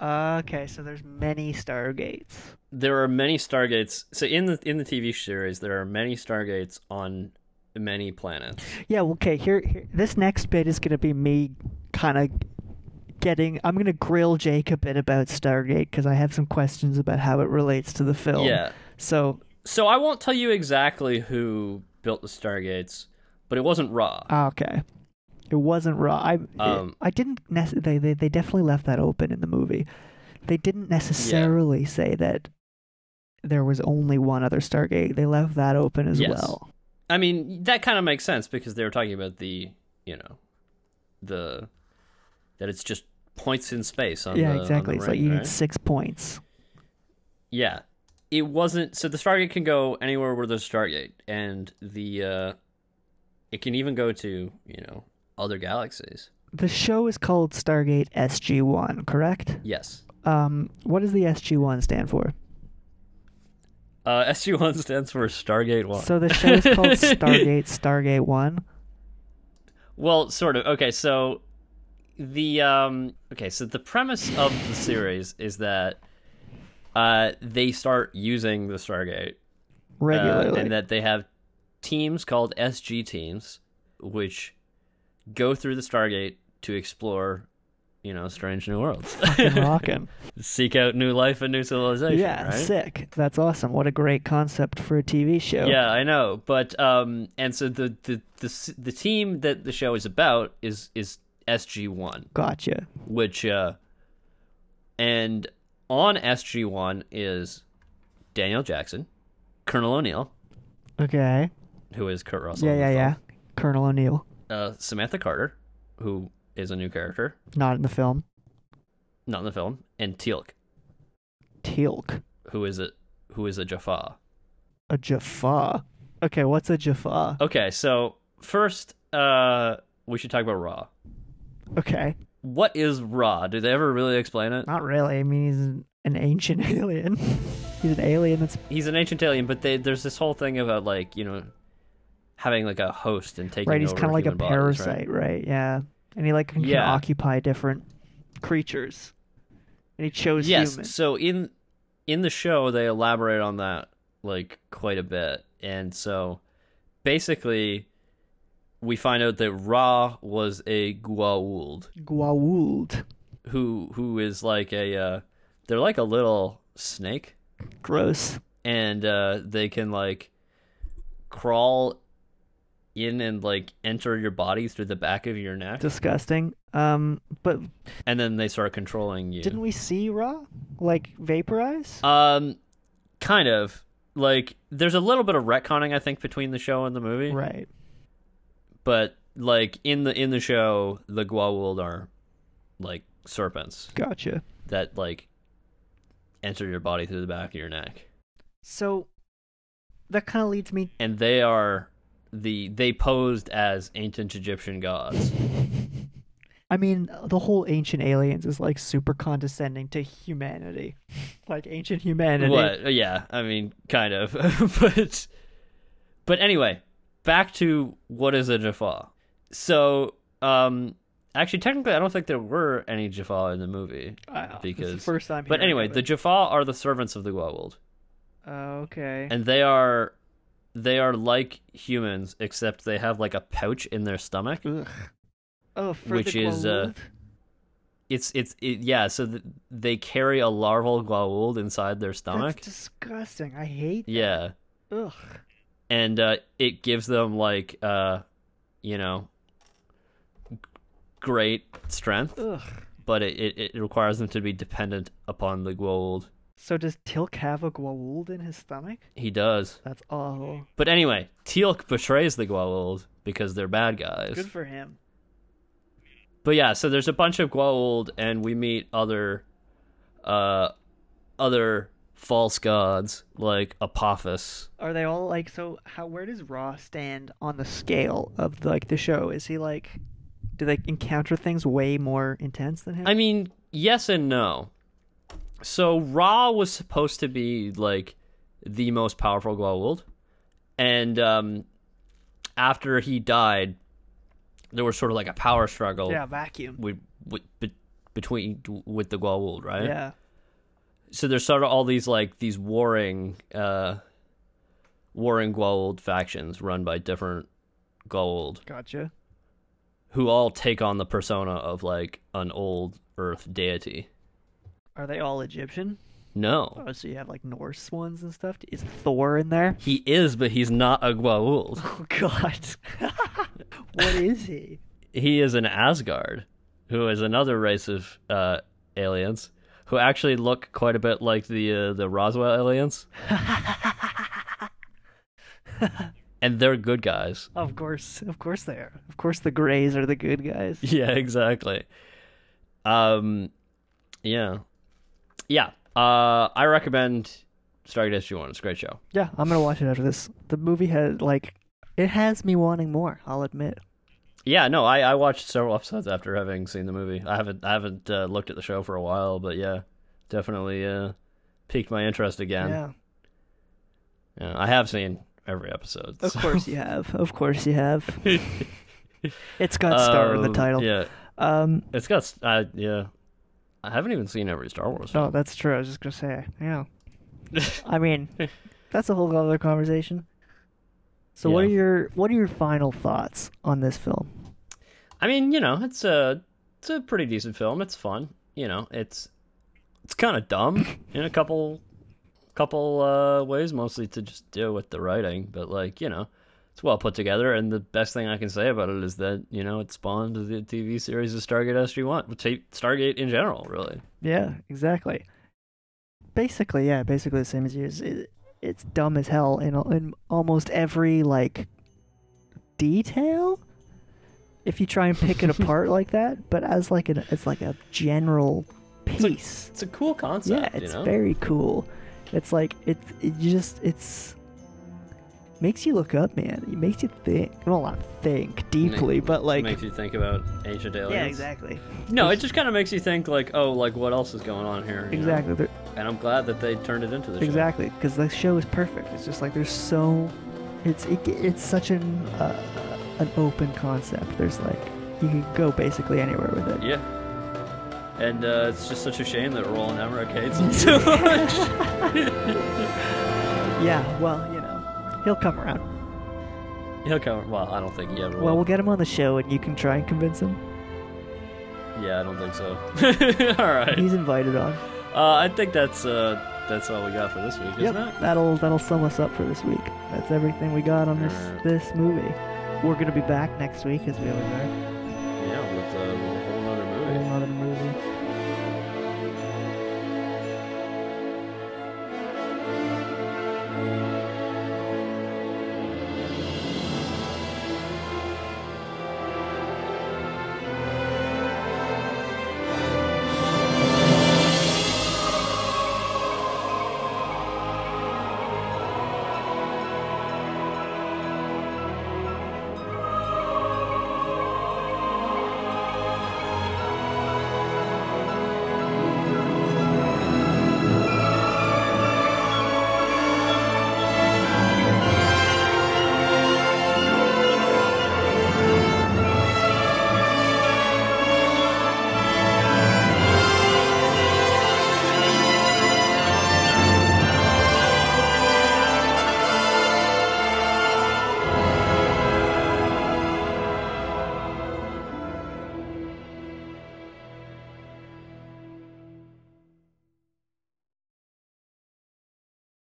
Okay, so there's many stargates.
there are many stargates so in the in the tv series there are many stargates on many planets
Yeah, well, okay, here, here this next bit is going to be me kind of getting I'm going to grill Jake a bit about Stargate cuz I have some questions about how it relates to the film.
yeah
So,
So I won't tell you exactly who built the Stargates, but it wasn't Ra.
Ah, Okay. It wasn't raw. I
Um,
I didn't nec- they, they they definitely left that open in the movie. They didn't necessarily say that there was only one other Stargate. They left that open as
Yes.
well.
I mean, that kind of makes sense because they were talking about the, you know, the that it's just points in space on
yeah,
the- on the
exactly. It's like
ring,
you
right?
need six points.
Yeah. It wasn't so the Stargate can go anywhere where there's a Stargate and the uh it can even go to, you know, other galaxies.
The show is called Stargate SG One, correct?
Yes.
Um, what does the SG One stand for?
Uh SG1 stands for Stargate 1.
So the show is called Stargate Stargate
Uh,
One.
Well, sort of. Okay, so the um okay, so the premise of the series is that uh they start using the Stargate uh,
Regularly.
and that they have teams called SG teams which go through the Stargate to explore, you know, strange new worlds.
Fucking rockin'.
Seek out new life and new civilization,
yeah,
right?
sick. That's awesome. What a great concept for a TV show.
Yeah, I know. But um and so the the the, s- the team that the show is about is is SG1.
Gotcha.
which uh and on SG1 is Daniel Jackson, Colonel O'Neill,
Okay.
who is Kurt Russell.
Yeah,
in the
yeah, yeah.
film,
Colonel O'Neill,
Uh, Samantha Carter, who is a new character,
not in the film.
not in the film, and Teal'c,
Teal'c,
who is a who is a Jaffa.
a Jaffa. Okay, what's a Jaffa?
Okay, so first uh we should talk about Ra.
Okay,
What is Ra? Do they ever really explain it?
not really. I mean, he's an, an ancient alien. he's an alien that's
He's an ancient alien, but they, there's this whole thing about like, you know, having like a host and taking
right. He's
over
kind of like a
human bodies, right?
parasite, right? Yeah, and he like can, can
Yeah.
occupy different creatures, and he chose
yes
humans.
so in in the show they elaborate on that like quite a bit and so basically we find out that ra was a gua'uld
Gwawuld.
who who is like a uh, they're like a little snake
Gross.
and uh, they can like crawl in and like enter your body through the back of your neck
Disgusting. Um, but
and then they start controlling you
didn't we see Ra like vaporize?
um kind of like there's a little bit of retconning i think between the show and the movie
right.
but like in the in the show the guawuld are like serpents
Gotcha.
that like enter your body through the back of your neck
So that kind of leads me.
and they are the they posed as ancient egyptian gods
I mean, the whole ancient aliens is like super condescending to humanity, like ancient humanity.
What? Uh, Yeah, I mean, kind of. but but anyway, back to what is a Jaffa. So, um, actually, technically, I don't think there were any Jaffa in the movie.
Wow, this is the
because-
first time.
But
hearing
anyway,
of
the
it. Oh,
Jaffa are the servants of the Gwawuld,
okay.
and they are they are like humans, except they have like a pouch in their stomach.
Ugh. Oh, for
Which
the
is, uh,
Gwawuld?
It's it's it, yeah. So th- they carry a larval Gwawuld inside their stomach.
That's disgusting. I hate.
Yeah.
Ugh.
and uh, it gives them like uh, you know g- great strength,
Ugh.
but it, it, it requires them to be dependent upon the gold.
So does Tilk have a Gwawuld in his stomach?
He does,
That's awful.
but anyway, Teal'c betrays the Gwa'uld because they're bad guys.
Good for him.
But yeah, so there's a bunch of Gwa'uld, and we meet other, uh, other false gods like Apophis.
Are they all like so? How where does Ra stand on the scale of like the show? Is he like? Do they encounter things way more intense than him?
I mean, yes and no. So Ra was supposed to be like the most powerful Gwa'uld, and um, after he died, there was sort of like a power struggle
yeah, vacuum.
with, with be, between with the Gwa'uld, right?
Yeah,
So there's sort of all these like these warring, uh, warring Gwa'uld factions run by different Gwa'uld
gotcha.
who all take on the persona of like an old Earth deity.
Are they all Egyptian?
No.
Oh, so you have like Norse ones and stuff. Is Thor in there?
He is, but he's not a Gwa'uld.
Oh God, what is he?
He is an Asgard, who is another race of uh, aliens who actually look quite a bit like the uh, the Roswell aliens, and they're good guys.
of course, of course they are. Of course, the Greys are the good guys.
Yeah, exactly. Um, yeah, yeah. Uh, I recommend Stargate SG One. It's a great show.
Yeah, I'm gonna watch it after this. The movie had like, it has me wanting more. I'll admit.
Yeah, no, I, I watched several episodes after having seen the movie. I haven't I haven't uh, looked at the show for a while, but yeah, definitely uh, piqued my interest again.
yeah.
Yeah, I have seen every episode.
Of
so-
course you have. Of course you have. it's got Star in the
Um,
title.
Yeah,
Um.
it's got. s- Uh, yeah, I haven't even seen every Star Wars.
Oh,
Film.
that's true. I was just gonna say. Yeah. I mean, that's a whole other conversation. So what are
Yeah.
your what are your final thoughts on this film?
I mean, you know, it's a it's a pretty decent film. It's fun. You know, it's it's kind of dumb in a couple couple uh, ways, mostly to just deal with the writing. But like, you know, it's well put together. And the best thing I can say about it is that you know it spawned the TV series of Stargate SG One, Stargate in general, really.
Yeah, exactly. Basically, yeah, basically the same as yours. It, it's dumb as hell in al- in almost every like detail. If you try and pick it apart like that, but as like an it's like a general
like-
piece.
It's a cool concept.
yeah, it's
you know?
very cool. It's like it, it you just it's makes you look up, man. It makes you think. Well, not think deeply, but like
makes you think about ancient aliens.
yeah, exactly,
No, it just kind of makes you think like, oh, like what else is going on here? you know?
exactly, There-
And I'm glad that they turned it into the show.
exactly. Because the show is perfect. It's just like there's so it's it, ge- it's such an uh, an open concept. There's like you can go basically anywhere with it.
Yeah. And uh, it's just such a shame that Roland Emmerich hates him so much.
Yeah, well, you know, he'll come around.
He'll come. Well, I don't think he ever.
Well,
will.
we'll get him on the show, and you can try and convince him.
Yeah, I don't think so. all right.
He's invited on.
Uh, I think that's uh, that's all we got for this week, isn't it?
That'll that'll sum us up for this week. That's everything we got on this
Alright.
this movie. We're gonna be back next week as we always are.
uh,